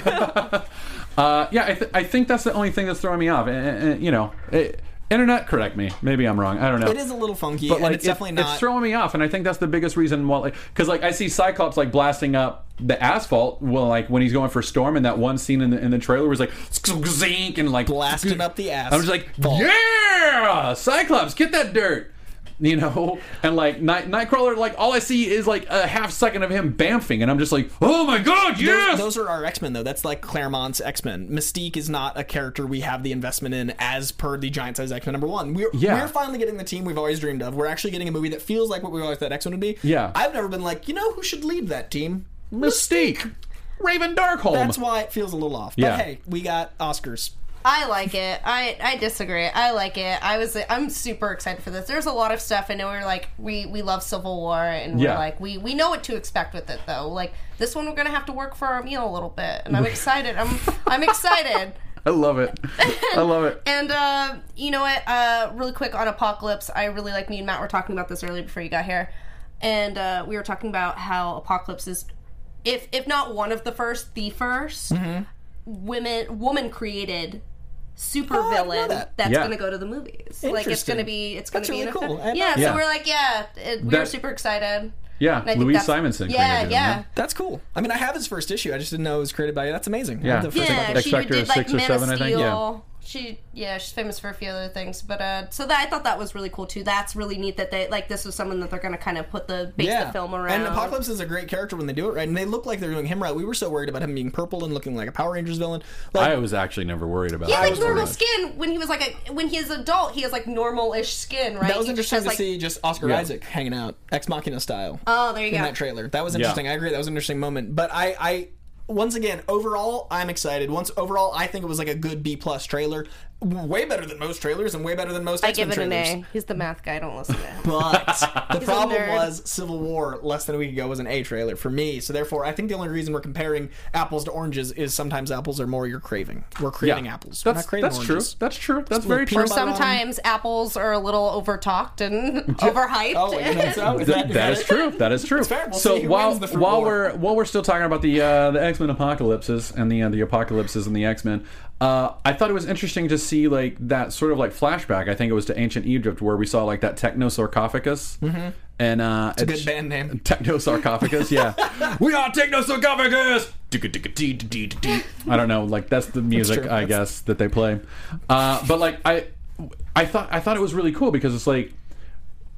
B: uh, yeah, I, th- I think that's the only thing that's throwing me off. Eh, eh, eh, you know, eh, internet, correct me. Maybe I'm wrong. I don't know.
D: It is a little funky,
B: but
D: and
B: like
D: it's
B: it-
D: definitely not.
B: it's throwing me off, and I think that's the biggest reason why. Because like, I see Cyclops like blasting up the asphalt. Well, like when he's going for Storm, and that one scene in the in the trailer was like zink and like
D: Blasting up the ass.
B: I was like,
D: Fall.
B: yeah, Cyclops, get that dirt. You know, and like Night Nightcrawler, like all I see is like a half second of him bamfing, and I'm just like, oh my god, yes.
D: Those, those are our X Men, though. That's like Claremont's X Men. Mystique is not a character we have the investment in, as per the Giant Size X Men number one. We're,
B: Yeah.
D: we're finally getting the team we've always dreamed of. We're actually getting a movie that feels like what we always thought X Men would be.
B: Yeah.
D: I've never been like, you know, who should lead that team?
B: Mystique, Raven Darkholm.
D: That's why it feels a little off.
B: Yeah.
D: But hey, we got Oscars.
F: I like it. I, I disagree. I like it. I was I'm super excited for this. There's a lot of stuff. I know we're like we we love Civil War and we're
B: Yeah.
F: like we we know what to expect with it though. Like this one we're gonna have to work for our meal a little bit, and I'm excited. I'm I'm excited.
B: I love it. I love it.
F: And uh, you know what? Uh, really quick on Apocalypse, I really like me and Matt were talking about this earlier before you got here, and uh, we were talking about how Apocalypse is if if not one of the first, the 1st women woman created super
D: Mm-hmm. Oh, I didn't know
F: villain
D: that.
F: that's
B: Yeah.
F: going to go to the movies. Like it's
D: Interesting.
F: going to be it's going
D: That's
F: to be
D: really
F: an
D: cool.
F: effect.
D: I
F: Yeah,
B: Yeah.
F: so we're like, yeah, it, we
B: That-
F: were super excited.
B: Yeah,
F: And I think
B: Louise
F: that's-
B: Simonson.
F: Yeah,
B: created him,
F: yeah.
D: That's cool. I mean, I have his first issue. I just didn't know it was created by. That's amazing. I
B: Yeah.
D: love the first
B: Yeah.
D: one.
F: Yeah,
B: X
F: she
B: Factor
F: did
B: is
F: like
B: six or
F: Man
B: seven, I
F: of
B: think,
F: Steel.
B: yeah.
F: She yeah, she's famous for a few other things, but uh, so that I thought that was really cool too. That's really neat that they like this was someone that they're gonna kind of put the base the film around.
D: And Apocalypse is a great character when they do it right, and they look like they're doing him right. We were so worried about him being purple and looking like a Power Rangers villain. Like,
B: I was actually never worried about.
F: He
B: that.
F: had
B: I
F: like
B: was
F: normal
B: worried.
F: skin when he was like a when he is adult. He has like normal-ish skin, right?
D: that was
F: He just
D: interesting
F: has,
D: to
F: like-
D: see just Oscar Isaac hanging out, Ex Machina style.
F: Oh, there you
D: in
F: go.
D: that trailer. That was interesting. I agree. That was an interesting moment. But I, I once again, overall, I'm excited. Once overall, I think it was like a good B plus trailer. Way better than most trailers, and way better than most.
F: I give it an
D: trailers.
F: A. He's the math guy. Don't listen to him.
D: But the problem
F: nerd.
D: was Civil War less than a week ago was an A trailer for me. So therefore, I think the only reason we're comparing apples to oranges is sometimes apples are more your craving. We're craving apples. We're
B: That's
D: not craving
B: that's true.
D: oranges.
B: That's true. That's very
D: peanut
B: true.
D: butter.
F: Sometimes apples are a little overtalked and overhyped.
D: Oh, wait, that's out. Is
B: That- that
D: is
B: is true. That is true.
D: fair. We'll
B: so
D: see who
B: while
D: wins the fruit
B: while
D: war.
B: we're while we're still talking about the uh, the X Men apocalypses and the uh, the apocalypses and the X Men, uh, I thought it was interesting to see like that sort of like flashback. I think it was to ancient Egypt where we saw like that techno sarcophagus. And uh, it's
D: Mm-hmm. good band name.
B: Techno sarcophagus. Yeah, we are techno sarcophagus. I don't know. Like that's the music
D: true.
B: I
D: That's-
B: guess that they play. Uh, but like I, I thought I thought it was really cool because it's like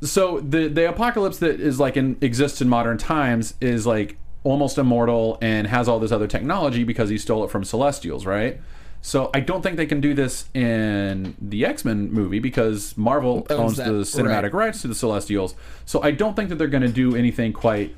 B: so the the apocalypse that is like in exists in modern times is like almost immortal and has all this other technology because he stole it from celestials right so i don't think they can do this in the x-men movie because marvel owns,
D: Owns that,
B: the cinematic
D: right.
B: rights to the celestials so i don't think that they're going to do anything quite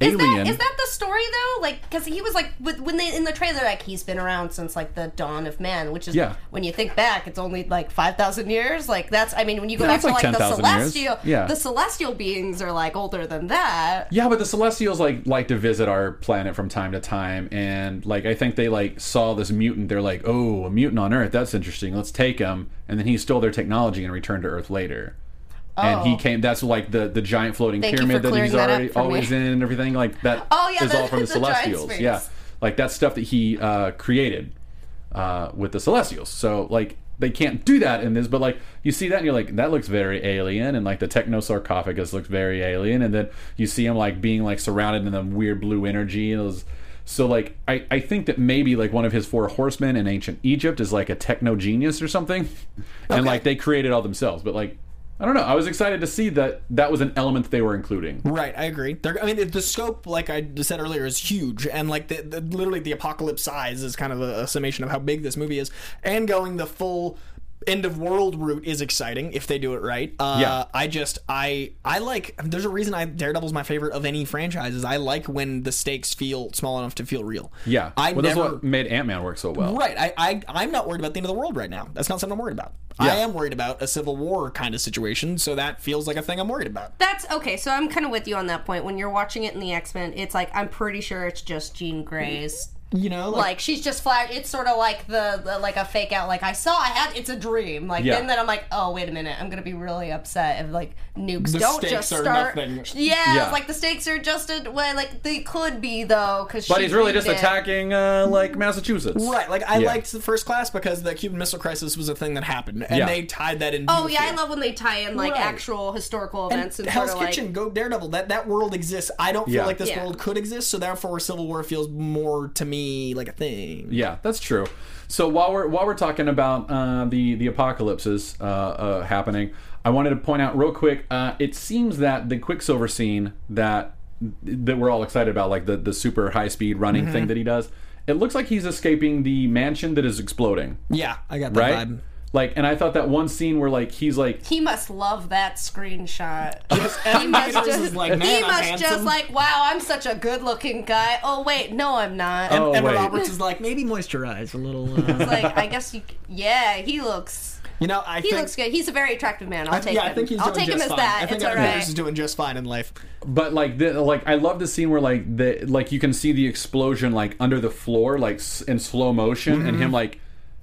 F: Is
B: alien
F: that, is that the story though? Like, because he was like with, when they in the trailer, like he's been around since like the dawn of man, which is
B: Yeah.
F: when you think back, it's only like five thousand years. Like that's, I mean, when you go
B: Yeah,
F: back
B: it's
F: to
B: like
F: like the
B: 10,000 years.
F: celestial,
B: Yeah.
F: the celestial beings are like older than that.
B: Yeah, but the Celestials like like to visit our planet from time to time, and like I think they like saw this mutant. They're like, oh, a mutant on Earth. That's interesting. Let's take him. And then he stole their technology and returned to Earth later. And he
F: Oh.
B: came. That's like the the giant floating
F: Thank you
B: pyramid
F: for
B: that he's
F: clearing that up
B: already
F: for me.
B: always in and everything like that.
F: Oh, yeah,
B: is
F: the-
B: all from the,
F: the giant
B: Celestials.
F: space.
B: Yeah, like that's stuff that he uh, created uh, with the Celestials. So like they can't do that in this, but like you see that and you're like, that looks very alien, and like the techno sarcophagus looks very alien, and then you see him like being like surrounded in the weird blue energy. And it was, so like I, I think that maybe like one of his four horsemen in ancient Egypt is like a techno genius or something, and like they created all themselves. But like I don't know, I was excited to see that that was an element that they were including.
D: Right, I agree. They're, I mean, the scope, like I said earlier, is huge, and like the, the, literally the apocalypse size is kind of a, a summation of how big this movie is. And going the full end of world route is exciting if they do it right. Uh,
B: Yeah.
D: I just I I like. There's a reason I Daredevil's my favorite of any franchises. I like when the stakes feel small enough to feel real.
B: Yeah,
D: I
B: well,
D: never.
B: that's what made Ant Man work so well.
D: Right, I, I I'm not worried about the end of the world right now. That's not something I'm worried about. I am worried about a civil war kind of situation, so that feels like a thing I'm worried about.
F: That's okay. So I'm kind of with you on that point. When you're watching it in the X Men, it's like I'm pretty sure it's just Jean Grey's.
D: You know,
F: Like she's just flat. It's sort of like the, the like a fake out. Like I saw, I had. It's a dream. Like
B: Yeah.
F: and then I'm like, oh wait a minute, I'm gonna be really upset if like nukes
D: The
F: don't
D: stakes
F: just
D: are
F: start.
D: nothing.
F: Yeah,
B: Yeah.
F: like the stakes are just a way. Like they could be though, because
B: But he's really just attacking uh, like Massachusetts.
D: Right, like I
B: Yeah.
D: liked the first class because the Cuban Missile Crisis was a thing that happened, and
B: Yeah.
D: they tied that in.
F: Oh yeah, I
D: beautifully.
F: love when they tie in like
D: Right.
F: actual historical events and,
D: Hell's
F: sort of
D: Kitchen,
F: like.
D: go Daredevil. That that world exists. I don't feel
B: Yeah.
D: like this
F: Yeah.
D: world could exist, so therefore Civil War feels more to me like a thing.
B: Yeah, that's true. So while we're while we're talking about uh, the the apocalypses uh, uh, happening, I wanted to point out real quick. Uh, it seems that the Quicksilver scene that that we're all excited about, like the the super high speed running
D: Mm-hmm.
B: thing that he does, it looks like he's escaping the mansion that is exploding,
D: Yeah, I got that
B: right?
D: vibe.
B: Like, and I thought that one scene where like he's like
F: He must love that screenshot.
D: Eddie
F: he must
D: Peters
F: just,
D: is like, "Man,
F: he
D: I'm
F: must
D: handsome."
F: just like, wow, I'm such a good looking guy. Oh wait, no, I'm not.
B: Oh,
D: Emma
B: wait.
D: Roberts is like maybe moisturize a little. Uh,
F: It's like, I guess you. c- Yeah, he looks.
D: you know, I
F: He
D: think.
F: looks good. He's a very attractive man. I'll
D: I,
F: take
D: yeah,
F: him.
D: I think he's
F: I'll
D: doing
F: take him
D: just
F: as
D: fine.
F: that.
D: I think
F: it's
D: Evan
F: all
D: Peters is
F: right.
D: doing just fine in life.
B: but like the like I love the scene where like the like you can see the explosion like under the floor like s- in slow motion and
F: Mm-hmm.
B: him like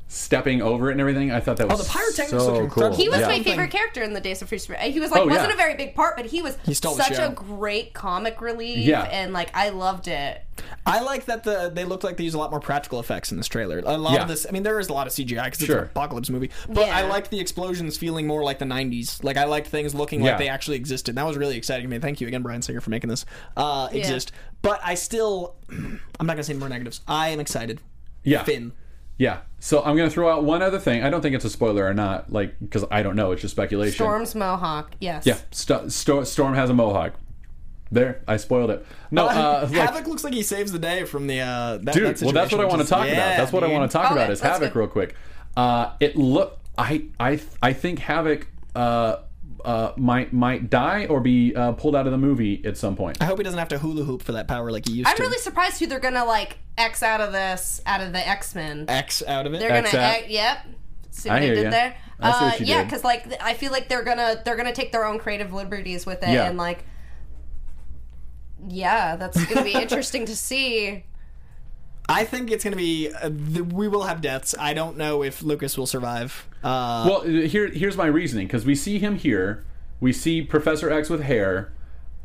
B: stepping over it and everything. I
F: Oh,
B: thought that was
D: the pyrotechnics
B: so
D: look
B: cool.
D: incredible.
F: He was
B: Yeah.
F: my favorite character in the Days of Free Spirit. He was like
B: Oh, yeah.
F: wasn't a very big part, but he was
D: stole the
F: such
D: show.
F: a great comic relief,
B: Yeah.
F: and like I loved it.
D: I like that the they look like they use a lot more practical effects in this trailer. A lot
B: Yeah.
D: of this, I mean, there is a lot of CGI because it's
B: Sure.
D: an apocalypse movie, but I
F: Yeah.
D: like the explosions feeling more like the '90s. Like I liked things looking
B: Yeah.
D: like they actually existed. And that was really exciting to me. Thank you again, Brian Singer, for making this uh, exist. But I still, I'm not gonna say more negatives. I am excited.
B: Yeah.
D: Finn.
B: Yeah. So I'm going to throw out one other thing. I don't think it's a spoiler or not, like, because I don't know. It's just speculation.
F: Storm's mohawk. Yes.
B: Yeah. Sto- Sto- Storm has a mohawk. There. I spoiled it. No, uh, like,
D: Havoc looks like he saves the day from the uh, that,
B: dude.
D: that
B: well, that's
D: situation,
B: what I
D: which
B: want to
D: is-
B: talk about.
D: Yeah,
B: That's what I
D: dude.
B: want to talk about
F: Okay,
B: is
F: that's
B: Havoc
F: good.
B: real quick. Uh, it look. I I I think Havoc uh, uh, might might die or be uh, pulled out of the movie at some point.
D: I hope he doesn't have to hula hoop for that power like he used
F: I'm
D: to.
F: really surprised who they're gonna like X out of this out of the X Men.
D: X out of it.
F: They're gonna
B: X out.
F: X, yep. See
B: I
F: what I,
B: hear
F: did
B: ya.
F: there?
B: I see
F: uh,
B: what you
F: yeah,
B: did.
F: because like th- I feel like they're gonna they're gonna take their own creative liberties with it
B: Yeah.
F: and like yeah, that's gonna be interesting to see.
D: I think it's going to be. Uh, th- we will have deaths. I don't know if Lucas will survive. Uh,
B: Well, here here's my reasoning because we see him here, we see Professor X with hair.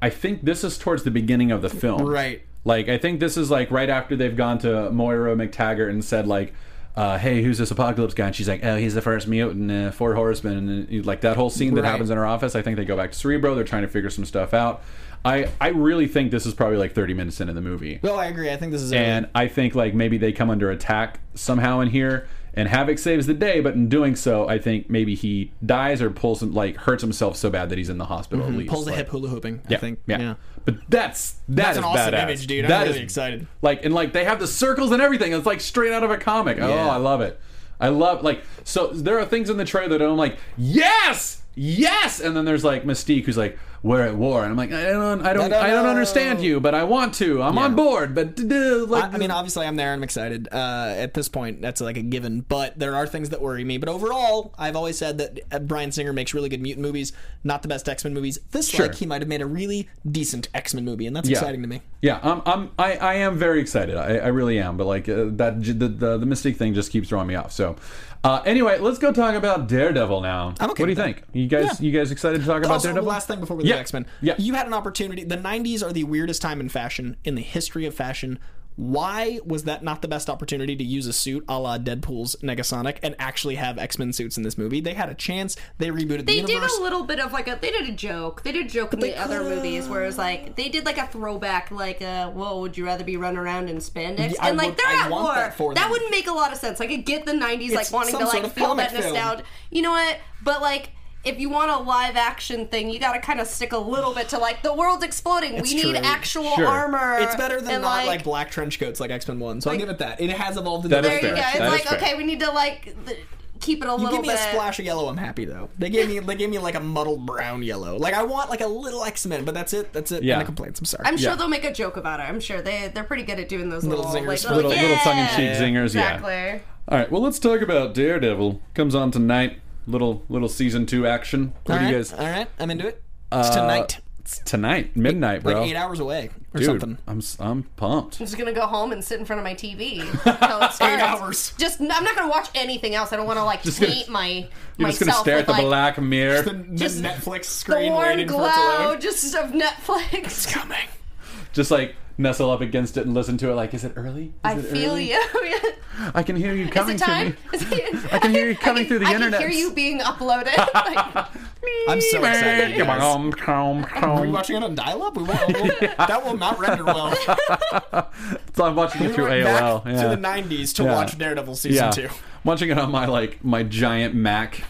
B: I think this is towards the beginning of the film,
D: Right.
B: Like I think this is like right after they've gone to Moira McTaggart and said like, uh, "Hey, who's this apocalypse guy?" And she's like, "Oh, he's the first mutant, uh, four horsemen." And you- like that whole scene that
D: Right.
B: happens in her office. I think they go back to Cerebro. They're trying to figure some stuff out. I I really think this is probably like 30 minutes into the movie.
D: no, I agree. I think this is.
B: And I think like maybe they come under attack somehow in here, and Havoc saves the day. But in doing so, I think maybe he dies or pulls him like hurts himself so bad that he's in the hospital. At least
D: Mm-hmm. pulls a hip hula hooping.
B: Yeah,
D: I think.
B: yeah. But that's
D: That's
B: that's
D: an awesome
B: badass.
D: image, dude. I'm
B: That
D: really
B: is-
D: excited.
B: Like and like they have the circles and everything. It's like straight out of a comic. Oh,
D: Yeah.
B: I love it. I love like so. There are things in the trailer that I'm like, yes, yes, and then there's like Mystique who's like, we're at war, and I'm like, I don't, I don't,
D: No, no,
B: I don't
D: no.
B: understand you, but I want to. I'm on board, but duh, like,
D: I, I mean, obviously, I'm there. and I'm excited. Uh, at this point, that's like a given. But there are things that worry me. But overall, I've always said that uh, Brian Singer makes really good mutant movies. Not the best X Men movies. This
B: Sure.
D: like he might have made a really decent X Men movie, and that's
B: Yeah.
D: exciting to me.
B: Yeah, I'm, I'm, I, I am very excited. I, I really am. But like uh, that, j- the, the the Mystique thing just keeps throwing me off. So, uh, anyway, let's go talk about Daredevil now.
D: I'm okay
B: what do you
D: with that.
B: think? You guys,
D: Yeah.
B: you guys excited to talk about
D: also,
B: Daredevil?
D: last thing before we leave
B: Yeah.
D: X Men.
B: Yeah.
D: You had an opportunity. The 90s are the weirdest time in fashion, in the history of fashion. Why was that not the best opportunity to use a suit a la Deadpool's Negasonic and actually have X Men suits in this movie? They had a chance. They rebooted the
F: They did
D: universe.
F: a little bit of like a they did a joke. They did a joke in the other movies where it was like they did like a throwback like a whoa would you rather be run around in spandex
D: Yeah, I
F: and like
D: would-
F: they're
D: I
F: at
D: want
F: war.
D: that
F: That,
D: for them.
F: wouldn't make a lot of sense. Like I get the '90s
D: It's
F: like wanting
D: some
F: to
D: sort of
F: like feel
D: comic
F: that
D: film.
F: nostalgia. You know what? But like. If you want a live action thing, you got to kind of stick a little bit to like the world's exploding.
D: It's
F: we need
D: true.
F: actual
B: Sure.
F: armor.
D: it's better than
F: and,
D: not like, black trench coats like X Men One, so I'll give it that. It has evolved. in
B: That
D: the
B: is
F: There
B: fair.
F: you go.
B: That
F: It's
B: is
F: like
B: fair.
F: okay, we need to like th- keep it a
D: You
F: little
D: give me
F: bit.
D: a splash of yellow, I'm happy though. They gave me they gave me like a muddled brown yellow. Like I want like a little X Men, but that's it. That's it.
B: Yeah.
D: No complaints. I'm sorry.
F: I'm sure
B: Yeah.
F: they'll make a joke about it. I'm sure they they're pretty good at doing those
D: Little
F: little
D: zingers.
F: like, oh,
B: little,
F: yeah,
B: little tongue in cheek zingers.
F: Exactly.
B: Yeah. All right. Well, let's talk about Daredevil. Comes on tonight. Little little season two action. What
D: All
B: do
D: right.
B: you guys? Uh,
D: All right. I'm into it. It's tonight.
B: It's tonight, midnight, bro.
D: Like eight hours away or
B: Dude,
D: something.
B: I'm s- I'm pumped.
F: I'm just gonna go home and sit in front of my TV. until it starts.
D: hours.
F: Just I'm not gonna watch anything else. I don't want to like
B: Just gonna-
F: paint my
B: You're just gonna
F: myself
B: stare at
F: with
B: the
F: like
B: black mirror.
F: just
D: Netflix
F: the
D: screen
F: warm
D: waiting for it to
F: glow
D: load.
F: just of Netflix.
D: coming.
B: just like nestle up against it and listen to it. Like, is it early? Is
F: I
B: it
F: feel
B: early?
F: you. Is
B: I can hear you coming
F: it
B: to
F: time?
B: me.
F: Is it-
B: I can hear you coming through the
F: I
B: internet.
F: can hear you being uploaded. Like,
D: I'm so excited. Guys. Are we
B: I'm
D: watching it on dial-up? We will That will not render well.
B: watching it
D: We
B: through
D: went back
B: AOL. yeah.
D: to the 90s to
B: Yeah.
D: watch Daredevil season
B: yeah.
D: two.
B: Watching it on my like my giant Mac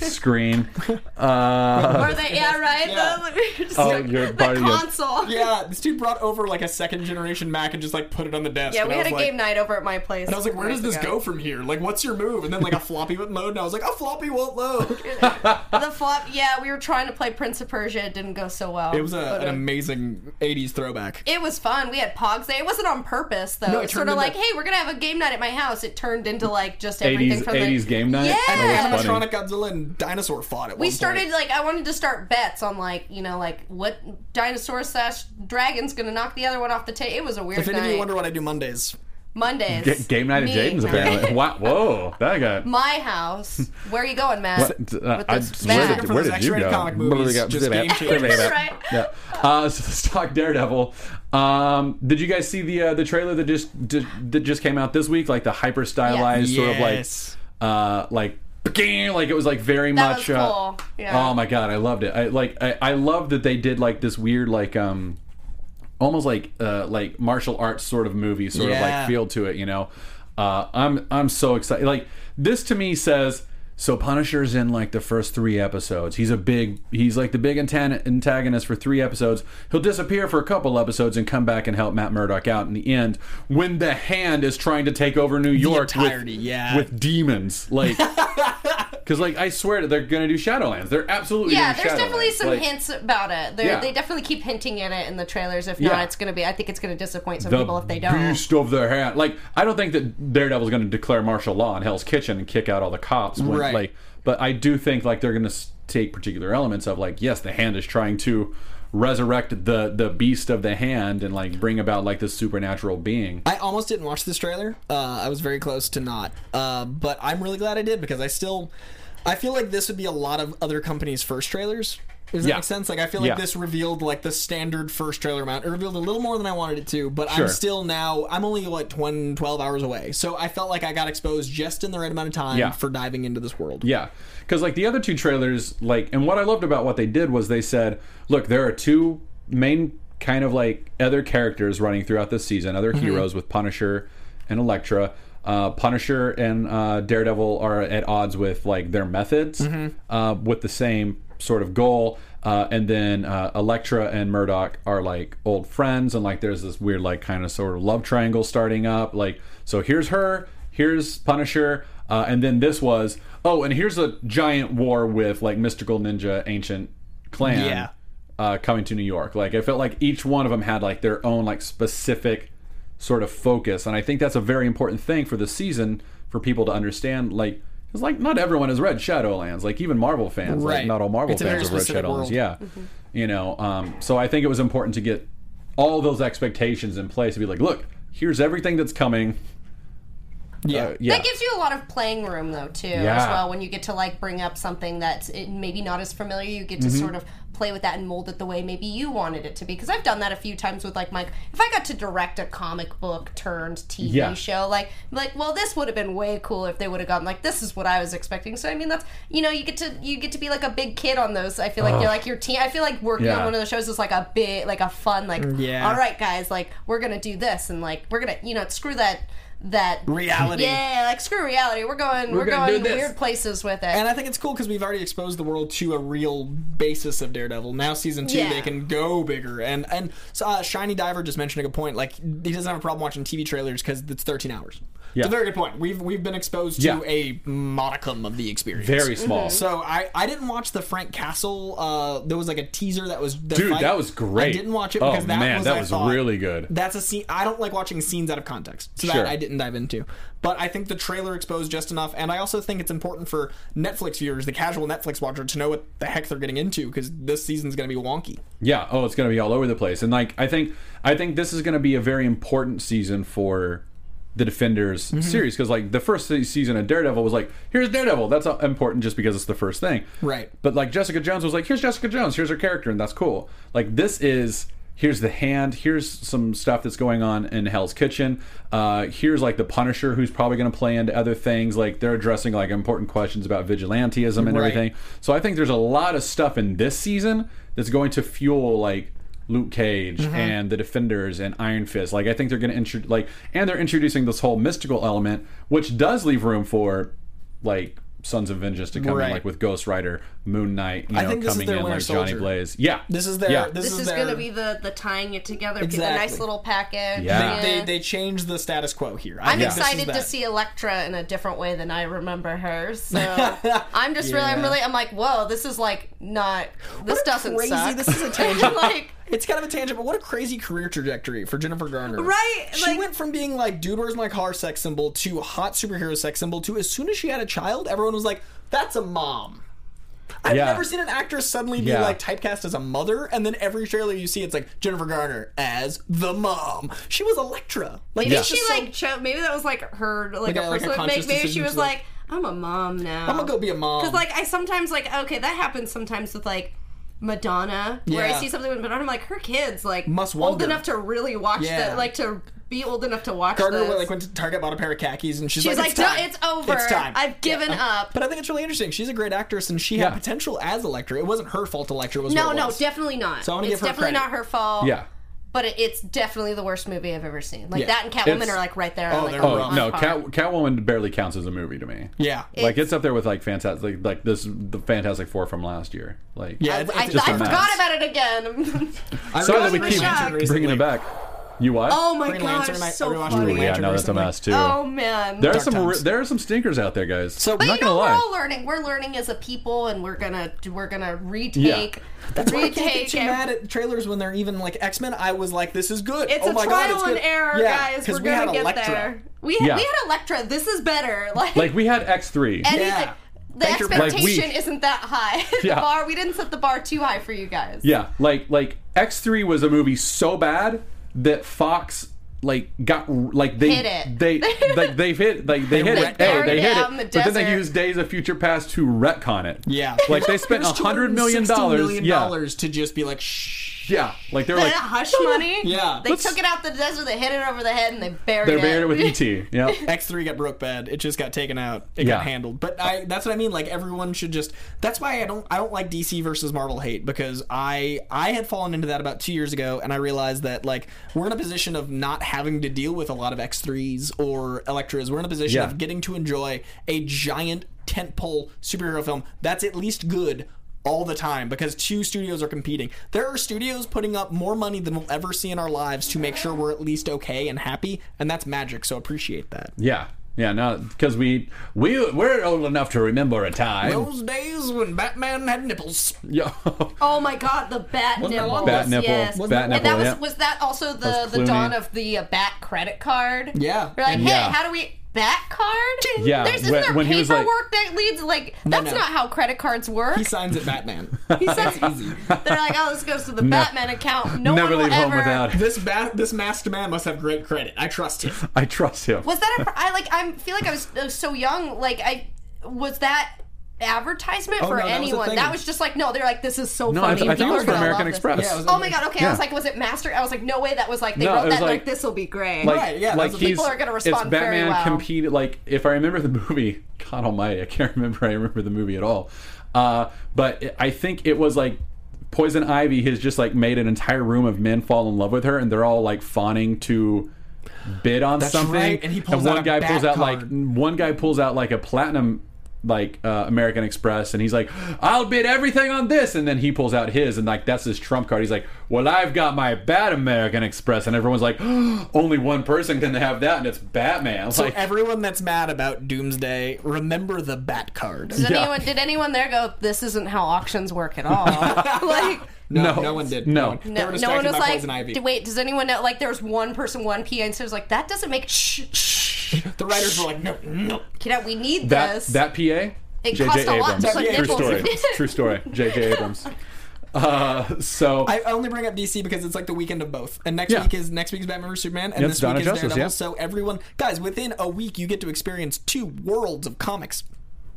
B: screen.
F: are they? Yeah, right.
D: Yeah.
F: The, just,
B: Oh,
F: like,
B: you're
F: the
B: part of your-
F: console.
D: Yeah, this dude brought over like a second generation Mac and just like put it on the desk.
F: Yeah,
D: and
F: we
D: I
F: had a
D: was like-
F: game night over at my place.
D: And I was like, where does this go from here? Like, what's your move? And then like a floppy went load, and I was like, a floppy won't load.
F: the flop. Yeah, we were trying to play Prince of Persia. It didn't go so well.
D: It was a,
F: But,
D: an
F: uh,
D: amazing 80s throwback.
F: It was fun. We had Pogs Day. It wasn't on purpose though.
D: No, it
F: it's
D: turned
F: sort of like,
D: into-
F: hey, we're gonna have a game night at my house. It turned into like just everything
B: 80s
F: from
B: 80s
F: the
B: game night.
F: Yeah.
B: That was funny.
D: Animatronic Godzilla and dinosaur fought at one
F: We
D: point.
F: started like I wanted to start bets on like you know like what dinosaur slash dragon's gonna knock the other one off the table. It was a weird
D: If any of
F: night.
D: you wonder what I do Mondays,
F: Mondays.
B: Ga- game night at
F: me.
B: Jaden's apparently. wow, whoa, that got.
F: My house. Where are you going, Matt?
B: What?
F: With
B: Uh, I-
F: this
B: where
F: bad.
B: did,
D: For
B: where
D: those
B: did you
D: X-rated
B: go?
D: comic movies, just game changers.
F: That's right.
B: Yeah. Uh, so let's talk Daredevil. Um, did you guys see the uh, the trailer that just did, that just came out this week? Like the hyper stylized
D: Yes.
B: sort of like uh, like "Bing!" like it was like very
F: That
B: much.
F: was
B: uh,
F: cool. Yeah.
B: Oh my god, I loved it. I like I, I love that they did like this weird like um almost like uh like martial arts sort of movie sort of
D: Yeah.
B: like feel to it you know uh i'm i'm so excited like this to me says so punisher's in like the first three episodes he's a big he's like the big antan- antagonist for three episodes he'll disappear for a couple episodes and come back and help matt murdock out in the end when the hand is trying to take over new york with-
D: entirety, yeah.
B: with demons like because like i swear they're gonna do shadowlands they're absolutely
F: Yeah,
B: doing
F: there's
B: Shadowlands.
F: definitely some
B: Like,
F: hints about it. They're,
B: Yeah.
F: They definitely keep hinting at it in the trailers. If
B: Yeah.
F: not, it's going to be. I think it's going to disappoint some
B: the
F: people if they don't.
B: beast of their hand. Like I don't think that Daredevil's going to declare martial law in Hell's Kitchen and kick out all the cops. When,
D: Right.
B: Like, but I do think like they're going to take particular elements of like yes, the hand is trying to resurrect the the beast of the hand and like bring about like this supernatural being.
D: I almost didn't watch this trailer. Uh, I was very close to not, uh, but I'm really glad I did because I still, I feel like this would be a lot of other companies' first trailers. Does that
B: Yeah.
D: make sense? Like I feel like
B: Yeah.
D: this revealed like the standard first trailer amount. It revealed a little more than I wanted it to, but
B: Sure.
D: I'm still now I'm only like 20, 12 hours away, so I felt like I got exposed just in the right amount of time
B: Yeah.
D: for diving into this world.
B: Yeah. Because, like, the other two trailers, like, and what I loved about what they did was they said, look, there are two main kind of like other characters running throughout this season, other heroes with Punisher and Elektra. Uh, Punisher and uh, Daredevil are at odds with, like, their methods uh, with the same sort of goal. Uh, and then uh, Elektra and Murdoch are like old friends, and like there's this weird, like, kind of sort of love triangle starting up. Like, so here's her, here's Punisher, uh, and then this was oh, and here's a giant war with like mystical ninja ancient clan
D: Yeah.
B: uh, coming to New York. Like I felt like each one of them had like their own like specific sort of focus, and I think that's a very important thing for the season for people to understand. Like it's like not everyone has read Shadowlands. Like even Marvel fans, like
D: Right.
B: not all Marvel
D: It's a
B: fans
D: very
B: have read
D: specific
B: Shadowlands.
D: world. Mm-hmm.
B: Yeah, you know. Um, so I think it was important to get all those expectations in place to be like, look, here's everything that's coming.
D: Yeah.
B: Uh, yeah.
F: That gives you a lot of playing room, though, too, as well. When you get to like bring up something that's it, maybe not as familiar, you get to
B: Mm-hmm.
F: sort of play with that and mold it the way maybe you wanted it to be. Because I've done that a few times with like my. If I got to direct a comic book turned TV
B: Yeah.
F: show, like like well, this would have been way cool if they would have gone like this is what I was expecting. So I mean, that's you know you get to you get to be like a big kid on those. I feel like you're like your team. I feel like working
B: Yeah.
F: on one of those shows is like a big like a fun like
D: Yeah.
F: all right guys like we're gonna do this and like we're gonna you know screw that that
D: Reality.
F: yeah, like screw reality. We're going. We're,
D: gonna do
F: going
D: this.
F: weird places with it.
D: And I think it's cool because we've already exposed the world to a real basis of Daredevil. Now season two,
F: Yeah.
D: they can go bigger. And and so, uh, Shiny Diver just mentioned a good point. Like he doesn't have a problem watching TV trailers because it's 13 hours.
B: Yeah.
D: It's a very good point. We've we've been exposed to
B: Yeah.
D: a modicum of the experience.
B: Very small.
D: So I, I didn't watch the Frank Castle. Uh, there was like a teaser that was the
B: Dude,
D: fight.
B: that was great.
D: I didn't watch it
B: Oh,
D: because that
B: man,
D: was
B: that
D: I
B: was
D: thought,
B: really good.
D: That's a scene. I don't like watching scenes out of context, so
B: Sure.
D: that I didn't dive into. But I think the trailer exposed just enough, and I also think it's important for Netflix viewers, the casual Netflix watcher, to know what the heck they're getting into because this season's going to be wonky.
B: Yeah. Oh, it's going to be all over the place. And like, I think, I think this is going to be a very important season for the Defenders series because like the first se- season of Daredevil was like, here's Daredevil. That's uh, important just because it's the first thing.
D: Right.
B: But like Jessica Jones was like, here's Jessica Jones. Here's her character, and that's cool. Like this is. Here's the hand. Here's some stuff that's going on in Hell's Kitchen. Uh, here's like the Punisher, who's probably going to play into other things. Like they're addressing like important questions about vigilantism and
D: Right.
B: everything. So I think there's a lot of stuff in this season that's going to fuel like Luke Cage and the Defenders and Iron Fist. Like I think they're going to intro like and they're introducing this whole mystical element, which does leave room for like Sons of Vengeance to come in,
D: Right.
B: like with Ghost Rider, Moon Knight, you
D: I
B: know,
D: think this is
B: coming
D: their
B: in
D: Winter
B: like Johnny
D: Soldier.
B: Blaze. Yeah,
D: This is their.
B: yeah.
D: This,
F: this is
D: their,
F: going to be the the tying it together. Exactly. A nice
D: Exactly.
F: little package.
B: Yeah.
D: They, they, they changed the status quo here. I
F: I'm
D: think this is
F: excited to
D: that.
F: see Elektra in a different way than I remember her. So I'm just really, I'm really, I'm like, whoa, this is like not. This
D: What a
F: doesn't
D: crazy,
F: suck.
D: This is a tangent.
F: like.
D: It's kind of a tangent, but what a crazy career trajectory for Jennifer Garner.
F: Right,
D: She
F: like-
D: went from being like, dude, where's my car sex symbol to hot superhero sex symbol to as soon as she had a child, everyone was like, that's a mom. I've
B: Yeah.
D: never seen an actress suddenly be
B: Yeah.
D: like typecast as a mother, and then every trailer you see, it's like Jennifer Garner as the mom. She was Electra. Like,
F: Maybe
D: it's
F: she
D: just so-
F: like cho- maybe that was like her
D: Like
F: like,
D: a-
F: a
D: like a
F: personal
D: conscious
F: make. Maybe she
D: decision
F: was
D: to, like-
F: like, I'm a mom now.
D: I'm gonna go be a mom.
F: Because like I sometimes like okay that happens sometimes with like Madonna where
D: Yeah.
F: I see something with Madonna I'm like her kids like
D: Must
F: old
D: wonder.
F: enough to really watch
D: Yeah.
F: that like to be old enough to watch
D: Gardner
F: this.
D: like went to Target, bought a pair of khakis, and she's,
F: She's
D: like,
F: like,
D: "It's
F: "No,
D: time.
F: it's over.
D: It's time.
F: I've given up."
D: But I think it's really interesting. She's a great actress, and she
B: Yeah.
D: had potential as Electra. It wasn't her fault. Electra was
F: no
D: what it
F: no
D: was.
F: definitely not.
D: So I wanna
F: it's
D: give her
F: definitely
D: credit.
F: not her fault.
B: Yeah.
F: But it, it's definitely the worst movie I've ever seen. Like
D: Yeah.
F: that and Catwoman
B: It's-
F: are like right there.
D: Oh,
F: like,
D: they're
F: on-
B: Oh
D: rough.
F: on
B: no,
F: par.
B: Cat, Catwoman barely counts as a movie to me.
D: Yeah.
B: like it's up there with like fantastic, like, like this the Fantastic Four from last year. Like
D: Yeah,
F: I,
D: it's
F: I,
D: just
F: I
D: a mess.
F: forgot about it again.
D: I
B: sorry that
D: rewatched
B: we
F: Green
B: keep
F: Lantern
B: bringing
D: recently.
B: it back. You what?
F: oh my
D: Green
F: god,
D: Lantern,
F: it's
D: I- I
F: so
D: rewatched
F: funny.
D: Green
B: yeah,
D: Lantern
B: no, that's a
D: recently.
B: mess too.
F: Oh man.
B: there are
D: Dark
B: some
D: times.
B: re- there are some stinkers out there, guys.
D: So-
F: But
B: I'm not
F: you know,
B: gonna
F: we're
B: lie.
F: all learning. We're learning as a people, and we're gonna we're gonna retake.
D: That's why I can't get
F: retake.
D: too
F: and-
D: mad at trailers when they're even like X Men. I was like, "This is good."
F: It's
D: oh
F: a
D: my
F: trial
D: God, it's
F: and
D: good.
F: error,
D: yeah,
F: guys.
D: 'cause
F: We're
D: we
F: gonna
D: had
F: get
D: Electra.
F: there. We
B: Yeah.
F: we had Electra. This is better. Like,
B: like we had X three.
F: anything.
D: Yeah.
F: The
D: Thank your parents.
F: expectation
B: Like, we-
F: isn't that high. the
B: Yeah.
F: bar we didn't set the bar too high for you guys.
B: Yeah, like like X three was a movie so bad that Fox like got like they
F: Hit it.
B: they like they've hit like they, hit
F: They
B: it hey,
F: buried
B: they
F: it
B: hit
F: out
B: it
F: in the
B: but then they
F: desert.
B: used Days of Future Past to retcon it
D: Yeah.
B: like they spent a
D: Here's
B: hundred million
D: $260
B: dollars
D: million
B: yeah
D: dollars to just be like, "Shh."
B: yeah like they're
F: The
B: like
F: hush money.
D: Yeah.
F: They
D: Let's-
F: took it out the desert. They hit it over the head, and they buried
B: they're
F: it.
B: buried it with E ET yeah
D: X three got broke bad. It just got taken out. It
B: Yeah.
D: got handled. But I that's what I mean. Like everyone should just. That's why I don't I don't like DC versus Marvel hate because I I had fallen into that about two years ago and I realized that like we're in a position of not having to deal with a lot of X threes or Electras. We're in a position
B: Yeah.
D: of getting to enjoy a giant tentpole superhero film that's at least good. All the time because two studios are competing. There are studios putting up more money than we'll ever see in our lives to make sure we're at least okay and happy, and that's magic. So appreciate that.
B: yeah yeah no because we we we're old enough to remember a time
D: Those days when Batman had nipples.
B: yeah
F: Oh my god, the bat
D: that
F: nipples.
B: Bat nipple.
F: Yes.
B: Wasn't that
F: and that
B: one?
F: was
B: Yeah.
F: was that also the
B: was
F: the dawn
B: Clooney.
F: of the uh, bat credit card?
D: Yeah.
F: You're like,
D: And-
F: hey,
B: Yeah.
F: how do we bat card?
B: Yeah,
F: There's, isn't
B: when-
F: there
B: when he was like-
F: paperwork that leads like that's
D: no.
F: not how credit cards work.
D: He signs it Batman.
F: He says they're like, oh, this goes to the Batman account. No
B: never
F: one will
B: leave home
F: ever-
B: without it.
D: this bat, this masked man must have great credit. I trust him.
B: I trust him
F: Was that a pro- I like I feel like I was, I was so young. Like I was that
B: Oh,
F: advertisement
D: no,
F: for
D: that was a
F: anyone.
D: thing.
F: that was just like no. They're like, this is so
B: no I,
F: funny.
B: th- I
F: and
B: thought it
F: people
B: was
F: are
B: for
F: gonna
B: American
F: love this.
B: Express
D: Yeah, it was-
F: Oh my god! Okay,
B: Yeah.
F: I was like, was it master? I was like, no way. That was like they
B: No, it
F: wrote
B: was
F: that like,
B: like-
F: this will be great.
B: like,
D: yeah,
B: like
D: that's what
B: he's,
F: people are gonna
B: it's
F: respond very
B: Batman
F: well.
B: competed. Like, if I remember the movie, God Almighty, I can't remember. I remember the movie at all. Uh, but it, I think it was like Poison Ivy has just like made an entire room of men fall in love with her, and they're all like fawning to bid on something.
D: right, and he pulls
B: one
D: out a
B: guy
D: bat
B: pulls out like
D: card.
B: one guy pulls out like a platinum. Like uh, American Express, and he's like, "I'll bid everything on this," and then he pulls out his, and like that's his trump card. He's like, "Well, I've got my bad American Express," and everyone's like, "Only one person can have that, and it's Batman."
D: So
B: like,
D: everyone that's mad about Doomsday, remember the bat card.
F: Did
B: Yeah.
F: anyone did anyone there go? This isn't how auctions work at all. like.
D: No,
B: No.
D: no, one did.
B: No.
D: one. They
F: No,
D: were
F: no one
D: distracted
F: was
D: by
F: like,
D: Poison Ivy.
F: "D- wait, does anyone know? Like, there was one person, one PA, and so it was like, that doesn't make shh, shh.
D: the writers were like, no, no.
F: Kid out, we need
B: that
F: this.
B: that PA,
F: It
B: J.J.
F: cost a lot
B: Abrams,
F: to put
B: true
F: nipples
B: story,
F: in it.
B: true story, J.J. Abrams. Uh, so
D: I only bring up DC because it's like the weekend of both. And next
B: Yeah.
D: week is next week's Batman vs Superman, and
B: It's
D: this
B: Dawn of
D: week is
B: Justice,
D: Daredevil.
B: yeah.
D: So everyone, guys, within a week, you get to experience two worlds of comics.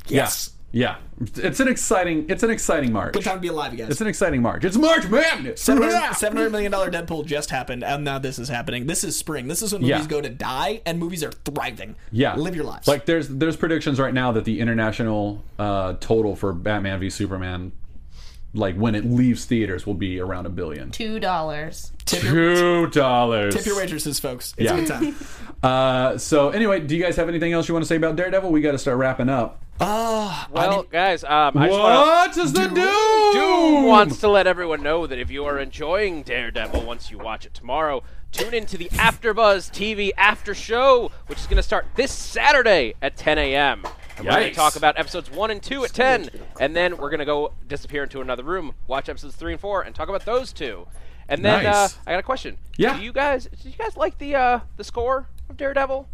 D: Yes,
B: yeah, yeah, it's an exciting, it's an exciting march.
D: good time to be alive, you guys.
B: It's an exciting march. It's March Madness.
D: Seven hundred million dollar Deadpool just happened, and now this is happening. This is spring. This is when
B: Yeah.
D: movies go to die, and movies are thriving.
B: Yeah,
D: live your lives.
B: Like there's there's predictions right now that the international uh, total for Batman v Superman, like when it leaves theaters, will be around a billion.
F: Two dollars.
D: tip your,
B: Two dollars.
D: tip your waitresses, folks. It's
B: Yeah.
D: a good time.
B: Uh, so anyway, do you guys have anything else you want to say about Daredevil? We got to start wrapping up.
E: Well, guys, um, I just wanna-
B: What is the doom?
E: Doom wants to let everyone know that if you are enjoying Daredevil once you watch it tomorrow, tune into the AfterBuzz TV After Show, which is going to start this Saturday at 10 a.m. And We're going
B: Yikes.
E: to talk about episodes one and two at 10, and then we're going to go disappear into another room, watch episodes three and four, and talk about those two. And then
B: Nice.
E: uh, I got a question.
B: Yeah.
E: Do you guys, do you guys like the uh, the score of Daredevil?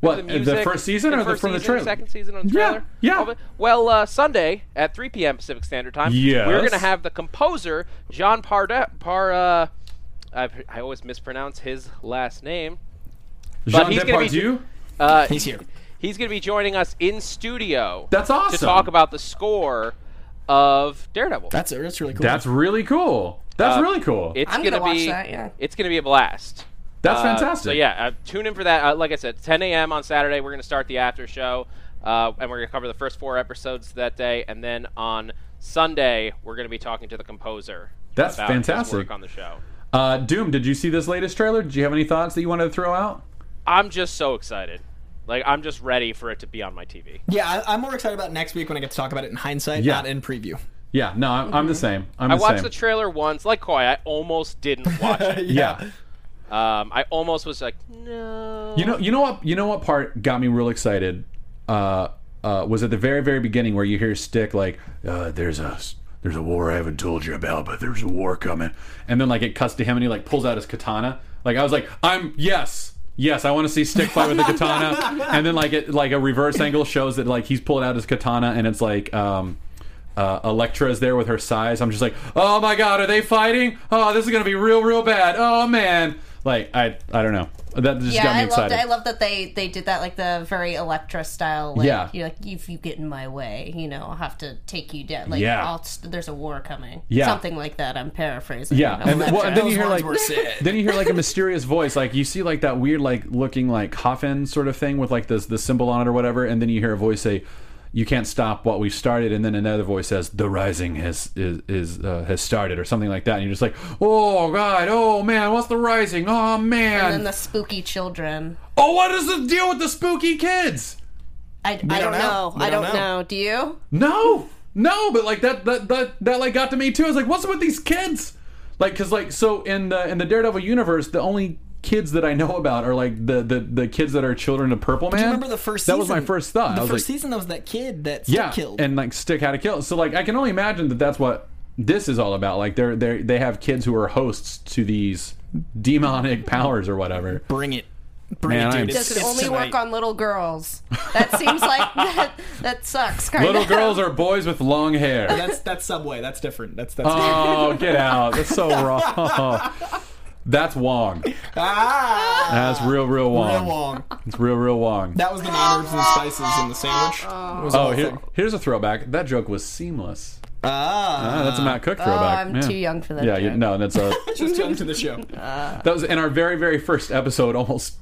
B: What,
E: the,
B: the
E: music,
B: first season or the-
E: first
B: from the
E: season,
B: trailer?
E: Second season on the
B: Yeah,
E: trailer.
B: yeah.
E: All of it. Well, uh, Sunday at 3 p.m. Pacific Standard Time. We're
B: Yes.
E: going to have the composer John Parda Par. Uh, i I always mispronounce his last name.
B: Jean
E: he's gonna be-
B: Depardieu?
E: Uh,
D: He's here.
E: He's going to be joining us in studio.
B: That's
E: To
B: awesome.
E: talk about the score of Daredevil.
D: That's that's really cool.
B: That's really cool. That's
E: Uh,
B: really cool.
E: it's
F: I'm
E: gonna,
F: gonna watch
E: be
F: that, yeah.
E: it's gonna be a blast.
B: That's
E: Uh,
B: fantastic.
E: So yeah, uh, tune in for that. Uh, like I said, 10 a.m. on Saturday, we're gonna start the after show, uh, and we're gonna cover the first four episodes that day, and then on Sunday we're gonna be talking to the composer.
B: That's
E: about his
B: fantastic.
E: work on the show.
B: Uh, Doom, did you see this latest trailer? Did you have any thoughts that you wanted to throw out?
E: I'm just so excited. Like I'm just ready for it to be on my TV.
D: yeah, I, I'm more excited about next week when I get to talk about it in hindsight,
B: Yeah.
D: not in preview.
B: Yeah, no, I'm, I'm the same. I'm
E: Mm-hmm. I
B: the
E: watched
B: same.
E: the trailer once, like Koi. I almost didn't watch it.
B: yeah.
E: um, I almost was like, no.
B: You know, you know what, you know what part got me real excited uh, uh, was at the very, very beginning where you hear Stick like, uh, "There's a, there's a war I haven't told you about, but there's a war coming," and then like it cuts to him and he like pulls out his katana. Like I was like, "I'm yes." Yes, I want to see Stick fight with the katana, and then like it, like a reverse angle shows that like he's pulling out his katana, and it's like um, uh, Elektra is there with her size. I'm just like, oh my god, are they fighting? Oh, this is gonna be real, real bad. Oh man, like I, I don't know. That just
F: Yeah,
B: got me
F: I
B: excited.
F: loved. I love that they they did that like the very Electra style. Like,
B: Yeah.
F: you know, like if you get in my way, you know, I'll have to take you down. Like,
B: Yeah.
F: I'll, st- there's a war coming.
B: Yeah.
F: something like that. I'm paraphrasing.
B: Yeah, and, well, and then
D: Those
B: you hear
D: words
B: like
D: were said.
B: then you hear like a mysterious voice, like you see like that weird like looking like coffin sort of thing with like this the symbol on it or whatever, and then you hear a voice say, "You can't stop what we started," and then another voice says, "The rising has is is uh, has started" or something like that, and you're just like, "Oh god, oh man, what's the rising? Oh man,
F: and then the spooky children.
B: oh what is the deal with the spooky kids?"
F: I, I don't,
D: don't know.
F: know.
D: We
F: I
D: don't
F: don't,
D: know.
F: know. Do you?
B: No, no, but like that, that, that, that like got to me too. I was like, what's up with these kids? Like, cause like, so in the in the Daredevil universe, the only kids that I know about are like the the, the kids that are children of Purple Man.
D: Do you remember the first?
B: That
D: season?
B: was my first thought.
D: The
B: I was
D: first
B: like,
D: season, that was that kid that
B: yeah,
D: Stick killed.
B: and like Stick had to kill. So like, I can only imagine that that's what this is all about. Like, they're they they have kids who are hosts to these demonic powers or whatever.
D: bring it, bring
B: Man,
D: it,
B: I am
D: dude.
F: Does
D: It's,
F: it
D: it's
F: only
D: tonight.
F: work on little girls? That seems like that, that sucks. Kind
B: Little
F: of.
B: girls are boys with long hair.
D: That's that's Subway. That's different. That's that's.
B: Oh, get out! That's so wrong. That's Wong.
D: Ah,
B: That's real, real Wong.
D: real long.
B: It's real, real Wong.
D: That was the non herbs and spices in the sandwich. It was
B: oh,
D: all
B: here,
D: thing.
B: here's a throwback. That joke was seamless.
D: Ah,
B: Ah, that's a Matt Cook
F: Oh,
B: throwback.
F: I'm
B: Yeah.
F: too young for that.
B: Yeah, you,
F: joke.
B: no, that's a
D: just come to the show.
B: that was in our very, very first episode, almost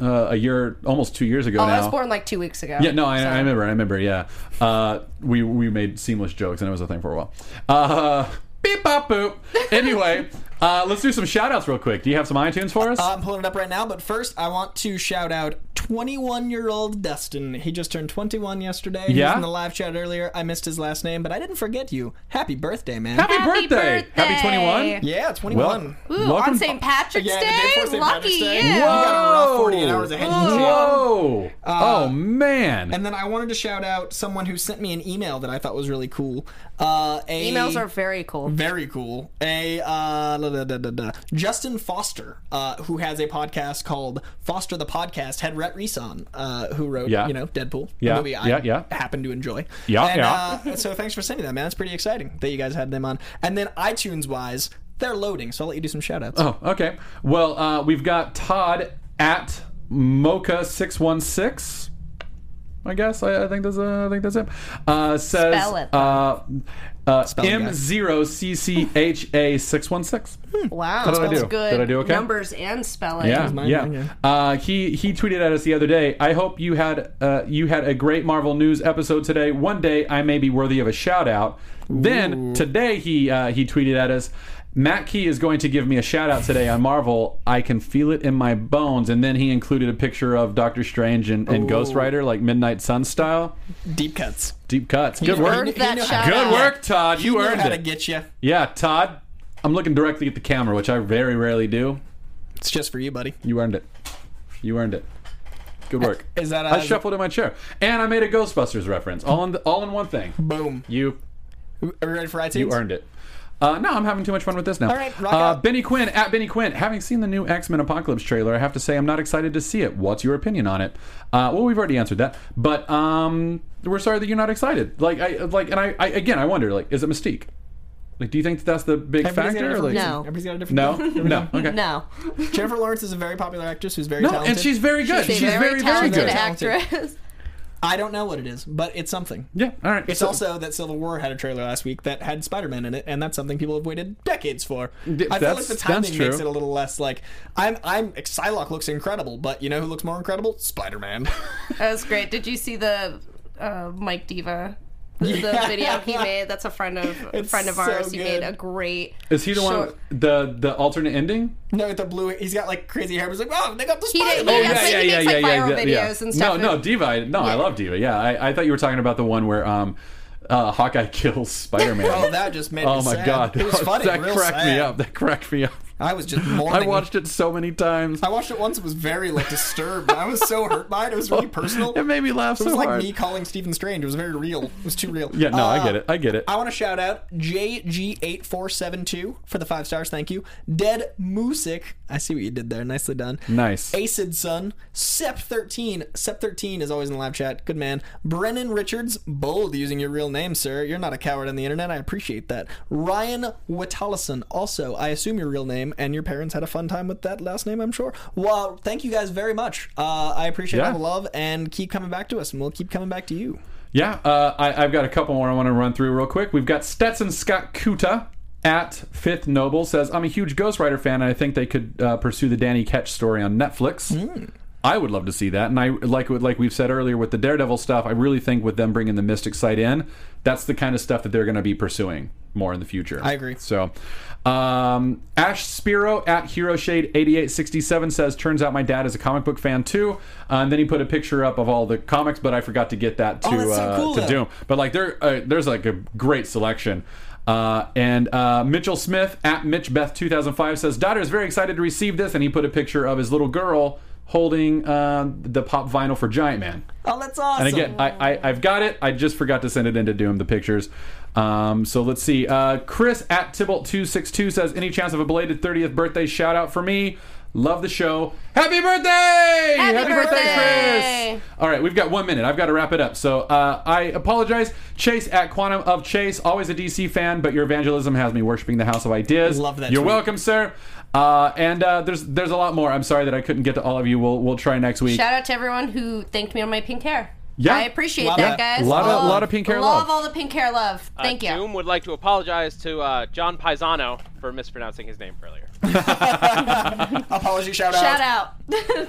B: uh, a year, almost two years ago
F: Oh,
B: now.
F: I was born like two weeks ago.
B: Yeah, no, I,
F: so-
B: I remember. I remember. Yeah, uh, we we made seamless jokes, and it was a thing for a while. Uh, beep bop boop. Anyway, uh, let's do some shout outs real quick. Do you have some iTunes for us?
D: I'm pulling it up right now, but first I want to shout out 21 year old Dustin. He just turned 21 yesterday. He was
B: Yeah?
D: in the live chat earlier. I missed his last name, but I didn't forget you. Happy birthday, man.
B: happy,
F: Happy
B: birthday! Happy
F: birthday!
B: twenty one.
D: yeah, 21.
B: Well,
F: Ooh,
B: welcome.
F: on St. Patrick's
D: Yeah, the day
F: Day?
D: before St.
F: Lucky
D: Patrick's Day.
F: you.
D: Whoa! You got a rough 48 hours ahead, you champ.
B: Whoa! oh man!
D: And then I wanted to shout out someone who sent me an email that I thought was really cool. Uh, a,
F: Emails are very cool.
D: very cool. A uh, da, da, da, da, da. Justin Foster, uh, who has a podcast called Foster the Podcast, had Rhett Reese on, uh, who wrote
B: Yeah.
D: you know Deadpool,
B: Yeah,
D: a movie I
B: yeah, yeah.
D: happen to enjoy.
B: Yeah,
D: and,
B: yeah.
D: Uh, so thanks for sending that, man. It's pretty exciting that you guys had them on. And then iTunes wise, they're loading, so I'll let you do some shout outs.
B: Oh, okay. Well, uh, we've got Todd at Mocha six one six. I guess I, I think that's uh, I think that's it. Uh, says
F: Spell it,
B: uh, uh,
D: it,
B: M zero C C H A six one six.
F: Wow,
B: How did I
F: that's
B: do?
F: good.
B: Did I do okay?
F: Numbers and spelling.
B: Yeah,
D: mine,
B: yeah.
D: mine, yeah.
B: Uh, he he tweeted at us the other day. I hope you had uh, you had a great Marvel news episode today. One day I may be worthy of a shout out. Then today he uh, he tweeted at us. Matt Key is going to give me a shout out today on Marvel. I can feel it in my bones. And then he included a picture of Doctor Strange and, and Ghost Rider, like Midnight Sun style.
D: Deep cuts.
B: Deep cuts. Good
F: Earned
B: work.
D: You
F: that
D: know-
F: shout
B: Good
F: out.
B: work, Todd. You
D: He knew
B: earned
D: how to
B: it.
D: get you.
B: Yeah, Todd. I'm looking directly at the camera, which I very rarely do.
D: It's just for you, buddy.
B: You earned it. You earned it. Good work.
D: Is that
B: I
D: a-
B: shuffled in my chair, and I made a Ghostbusters reference. All in all in one thing.
D: Boom.
B: You
D: Are we ready for iTunes?
B: you earned it. Uh, no, I'm having too much fun with this now.
D: All right, rock
B: uh,
D: out.
B: Benny Quinn at Benny Quinn. Having seen the new X Men Apocalypse trailer, I have to say I'm not excited to see it. What's your opinion on it? Uh, well, we've already answered that, but um, we're sorry that you're not excited. Like, I like, and I, I again, I wonder, like, is it Mystique? Like, do you think that that's the big
D: Everybody's got a
B: factor? or,
D: different
B: like-
D: reason.
I: No.
D: Everybody's got a different
B: no,
D: reason.
B: no, okay,
I: No.
D: Jennifer Lawrence is a very popular actress who's very
B: no,
D: talented.
B: and she's very good. She's,
I: She's, a very,
B: very, very
I: talented
B: good.
D: Talented.
I: actress.
D: I don't know what it is, but it's something.
B: Yeah, all right.
D: It's
B: so-
D: also that Civil War had a trailer last week that had Spider-Man in it, and that's something people have waited decades for. I feel like
B: that's-
D: the
B: that's
D: timing
B: true.
D: makes it a little less like I'm. I'm Psylocke looks incredible, but you know who looks more incredible? Spider-Man.
F: That was great. Did you see the uh, Mike Diva? The video he made. That's a friend of a
D: It's
F: friend of
D: so
F: ours. He made
D: good.
F: a great.
B: is he the one
F: short-
B: the the alternate ending?
D: no, with the blue. He's got like crazy hair. He's like, oh, they got the
F: He did-
D: Spider-Man.
F: he did- It's like he makes, like, viral videos and stuff.
B: No, no, Diva. I- No, I love Diva. Yeah, I, I thought you were talking about the one where um, uh, Hawkeye kills Spider Man.
D: Oh, that just made.
B: Oh
D: me
B: my
D: sad.
B: god,
D: it was funny.
B: that
D: real
B: cracked
D: sad.
B: me up. That cracked me up.
D: I was just mourning.
B: I watched it so many times.
D: I watched it once. It was very like disturbed. I was so hurt by it. It was really personal.
B: It made me laugh
D: It was
B: so
D: like
B: hard.
D: me calling Stephen Strange. It was very real. It was too real.
B: Yeah, no, I
D: Uh,
B: get it. I get it.
D: I want to shout out JG8472 for the five stars. Thank you. Dead Music. I see what you did there. Nicely done.
B: Nice.
D: Acid Sun. Sep13. Sep13 is always in the live chat. Good man. Brennan Richards. Bold using your real name, sir. You're not a coward on the internet. I appreciate that. Ryan Witalison. Also, I assume your real name and your parents had a fun time with that last name, I'm sure. Well, thank you guys very much. Uh, I appreciate
B: Yeah.
D: all the love and keep coming back to us and we'll keep coming back to you.
B: Yeah, uh, I, I've got a couple more I want to run through real quick. We've got Stetson Scott Kuta at Fifth Noble says, I'm a huge Ghost Rider fan, and I think they could uh, pursue the Danny Ketch story on Netflix.
D: Hmm.
B: I would love to see that, and I like what- like we've said earlier with the Daredevil stuff. I really think with them bringing the Mystic Site in, that's the kind of stuff that they're going to be pursuing more in the future.
D: I agree.
B: So, um, Ash Spiro at HeroShade8867 says, Turns out my dad is a comic book fan too. Uh, and then he put a picture up of all the comics, but I forgot to get that to,
D: Oh, that's so
B: uh,
D: cool,
B: to
D: though.
B: Doom. But like there, uh, there's like a great selection. Uh, and uh, Mitchell Smith at MitchBeth2005 says, "Daughter is very excited to receive this," and he put a picture of his little girl holding uh, the pop vinyl for Giant Man.
D: Oh, that's awesome.
B: And again, I, I, I've got it. I just forgot to send it into Doom the pictures. Um, so let's see. Uh, Chris at Tybalt262 says, "Any chance of a belated 30th birthday shout out for me?" Love the show. Happy birthday! Happy,
F: birthday!
B: Chris! All right, we've got one minute. I've got to wrap it up. So uh, I apologize. Chase at Quantum of Chase, always a DC fan, but your evangelism has me worshiping the House of Ideas.
D: Love that
B: You're
D: tweet.
B: welcome, sir. Uh, and uh, there's there's a lot more. I'm sorry that I couldn't get to all of you. We'll we'll try next week.
F: Shout out to everyone who thanked me on my pink hair.
B: Yeah.
F: I appreciate
D: Love
F: that,
D: that.
F: guys.
B: Lot of-
F: Love-
B: lot of pink hair love.
F: Love all the pink hair love. Thank you.
E: Doom would like to apologize to uh, John Pisano for mispronouncing his name earlier.
D: Apology shout out.
F: Shout out.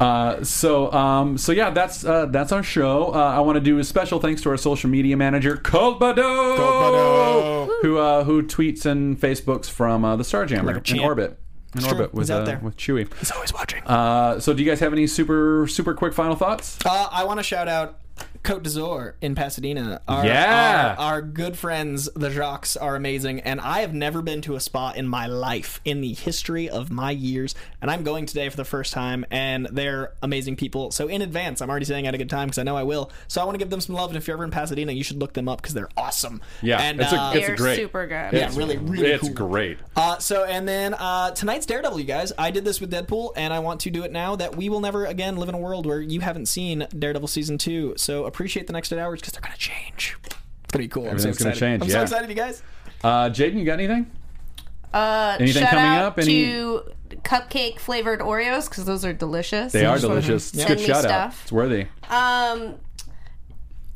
B: Uh, so um, so yeah, that's uh, that's our show. Uh, I want to do a special thanks to our social media manager, Colt Badeau, who uh, who tweets and Facebooks from uh, the Starjammer in
D: champ.
B: orbit. In
D: true.
B: orbit with
D: He's out
B: uh,
D: there.
B: with Chewy.
D: He's always watching.
B: Uh, so do you guys have any super super quick final thoughts?
D: Uh, I want to shout out Cote d'Azur in Pasadena. Our,
B: Yeah.
D: Our, our good friends, the Jacques, are amazing. And I have never been to a spa in my life, in the history of my years. And I'm going today for the first time, and they're amazing people. So, in advance, I'm already saying I had a good time because I know I will. So, I want to give them some love. And if you're ever in Pasadena, you should look them up because they're awesome.
B: Yeah,
D: And,
B: it's a-
D: uh,
B: it's
F: They're
B: great.
F: super good.
D: yeah, really, really
B: it's
D: cool.
B: great.
D: Uh, so and then uh, tonight's Daredevil, you guys. I did this with Deadpool, and I want to do it now. That we will never again live in a world where you haven't seen Daredevil season two. So appreciate the next eight hours because they're gonna change. It's gonna be cool.
B: Everything's
D: I'm so
B: gonna
D: excited.
B: change,
D: I'm
B: yeah.
D: so excited, you guys.
B: Uh, Jaden, you got anything?
F: Uh,
B: Anything
F: shout
B: coming
F: out
B: up? Any-
F: to cupcake flavored Oreos because those are delicious.
B: They are delicious. It's a good
F: Send me
B: shout out.
F: stuff.
B: It's worthy.
F: Um,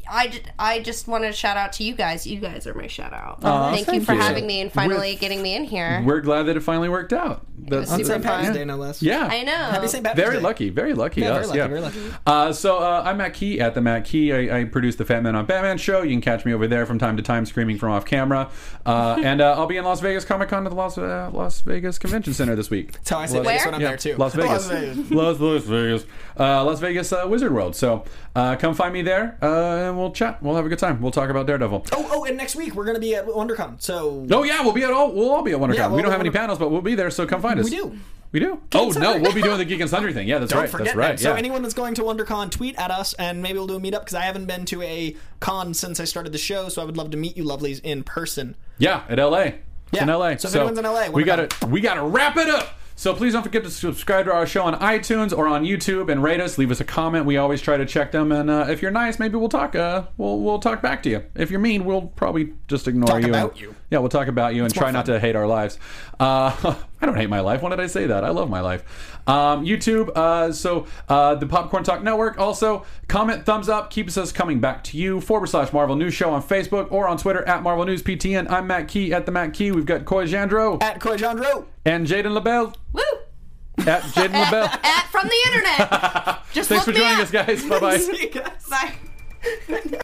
F: I, ju- I just want to shout out to you guys. You guys are my shout out. thank,
B: thank
F: you for
B: you.
F: having me and finally
B: With-
F: getting me in here.
B: We're glad that it finally worked out. That's
F: was super
D: St. Patrick's
F: fun.
D: Day, no less.
B: Yeah.
F: I know.
D: Happy St. Patrick's
B: Very
D: Day.
B: lucky, very lucky.
D: Yeah, very
B: us,
D: lucky,
B: yeah.
D: very lucky.
B: Uh, so uh, I'm Matt Key at the Matt Key. I, I produce the Fat Man on Batman show. You can catch me over there from time to time, screaming from off camera. Uh, and uh, I'll be in Las Vegas Comic Con at the Las, uh, Las Vegas Convention Center this week.
D: That's how I say
B: Las-
D: this when I'm
B: yeah,
D: there too.
B: Las Vegas, Las, Las Vegas, uh, Las Vegas uh, Wizard World. So uh, come find me there, uh, and we'll chat. We'll have a good time. We'll talk about Daredevil.
D: Oh, oh, and next week we're gonna be at WonderCon. So
B: Oh yeah, we'll be at all. We'll all be at WonderCon.
D: Yeah,
B: we
D: we'll
B: don't
D: be
B: have
D: at
B: any
D: Wonder-
B: panels, but we'll be there. So come find us.
D: We do.
B: We do. oh
D: and
B: no,
D: Sundry.
B: we'll be doing the Geek and Sundry thing. Yeah, that's
D: Don't
B: right.
D: forget
B: That's right.
D: that. So
B: yeah.
D: anyone that's going to WonderCon, tweet at us, and maybe we'll do a meetup because I haven't been to a con since I started the show. So I would love to meet you, lovelies, in person.
B: Yeah, at LA. It's in
D: Yeah.
B: LA.
D: So if anyone's in LA,
B: we
D: wanna
B: got it. We got to wrap it up. So please don't forget to subscribe to our show on iTunes or on YouTube and rate us. Leave us a comment. We always try to check them. And uh, if you're nice, maybe we'll talk. Uh, we'll we'll talk back to you. If you're mean, we'll probably just ignore
D: Talk
B: you. and-
D: about you.
B: Yeah, we'll talk about you and try not to hate our lives. Uh, I don't hate my life. Why did I say that? I love my life. Um, YouTube. Uh, so uh, the Popcorn Talk Network. Also, comment, thumbs up keeps us coming back to you. Forward slash Marvel News Show on Facebook or on Twitter at Marvel News PTN. I'm Matt Key at the Matt Key. We've got Coy Jandro
D: At Kojandro.
B: and Jaden LaBelle
F: Woo!
B: at Jaden LaBelle.
F: At from the internet. Just
B: Thanks for
F: look me
B: joining
F: up.
B: us, guys. Bye bye.
D: See you guys.
F: Bye.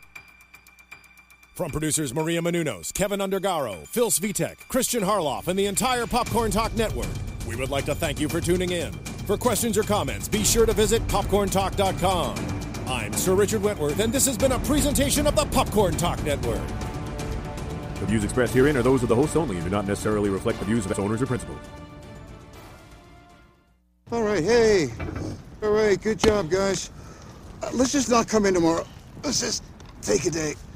I: From producers Maria Menunos, Kevin Undergaro, Phil Svitek, Christian Harloff, and the entire Popcorn Talk Network, we would like to thank you for tuning in. For questions or comments, be sure to visit popcorntalk.com. I'm Sir Richard Wentworth, and this has been a presentation of the Popcorn Talk Network.
J: The views expressed herein are those of the hosts only and do not necessarily reflect the views of its owners or principals.
K: All right, hey. All right, good job, guys. Uh, let's just not come in tomorrow. Let's just take a day.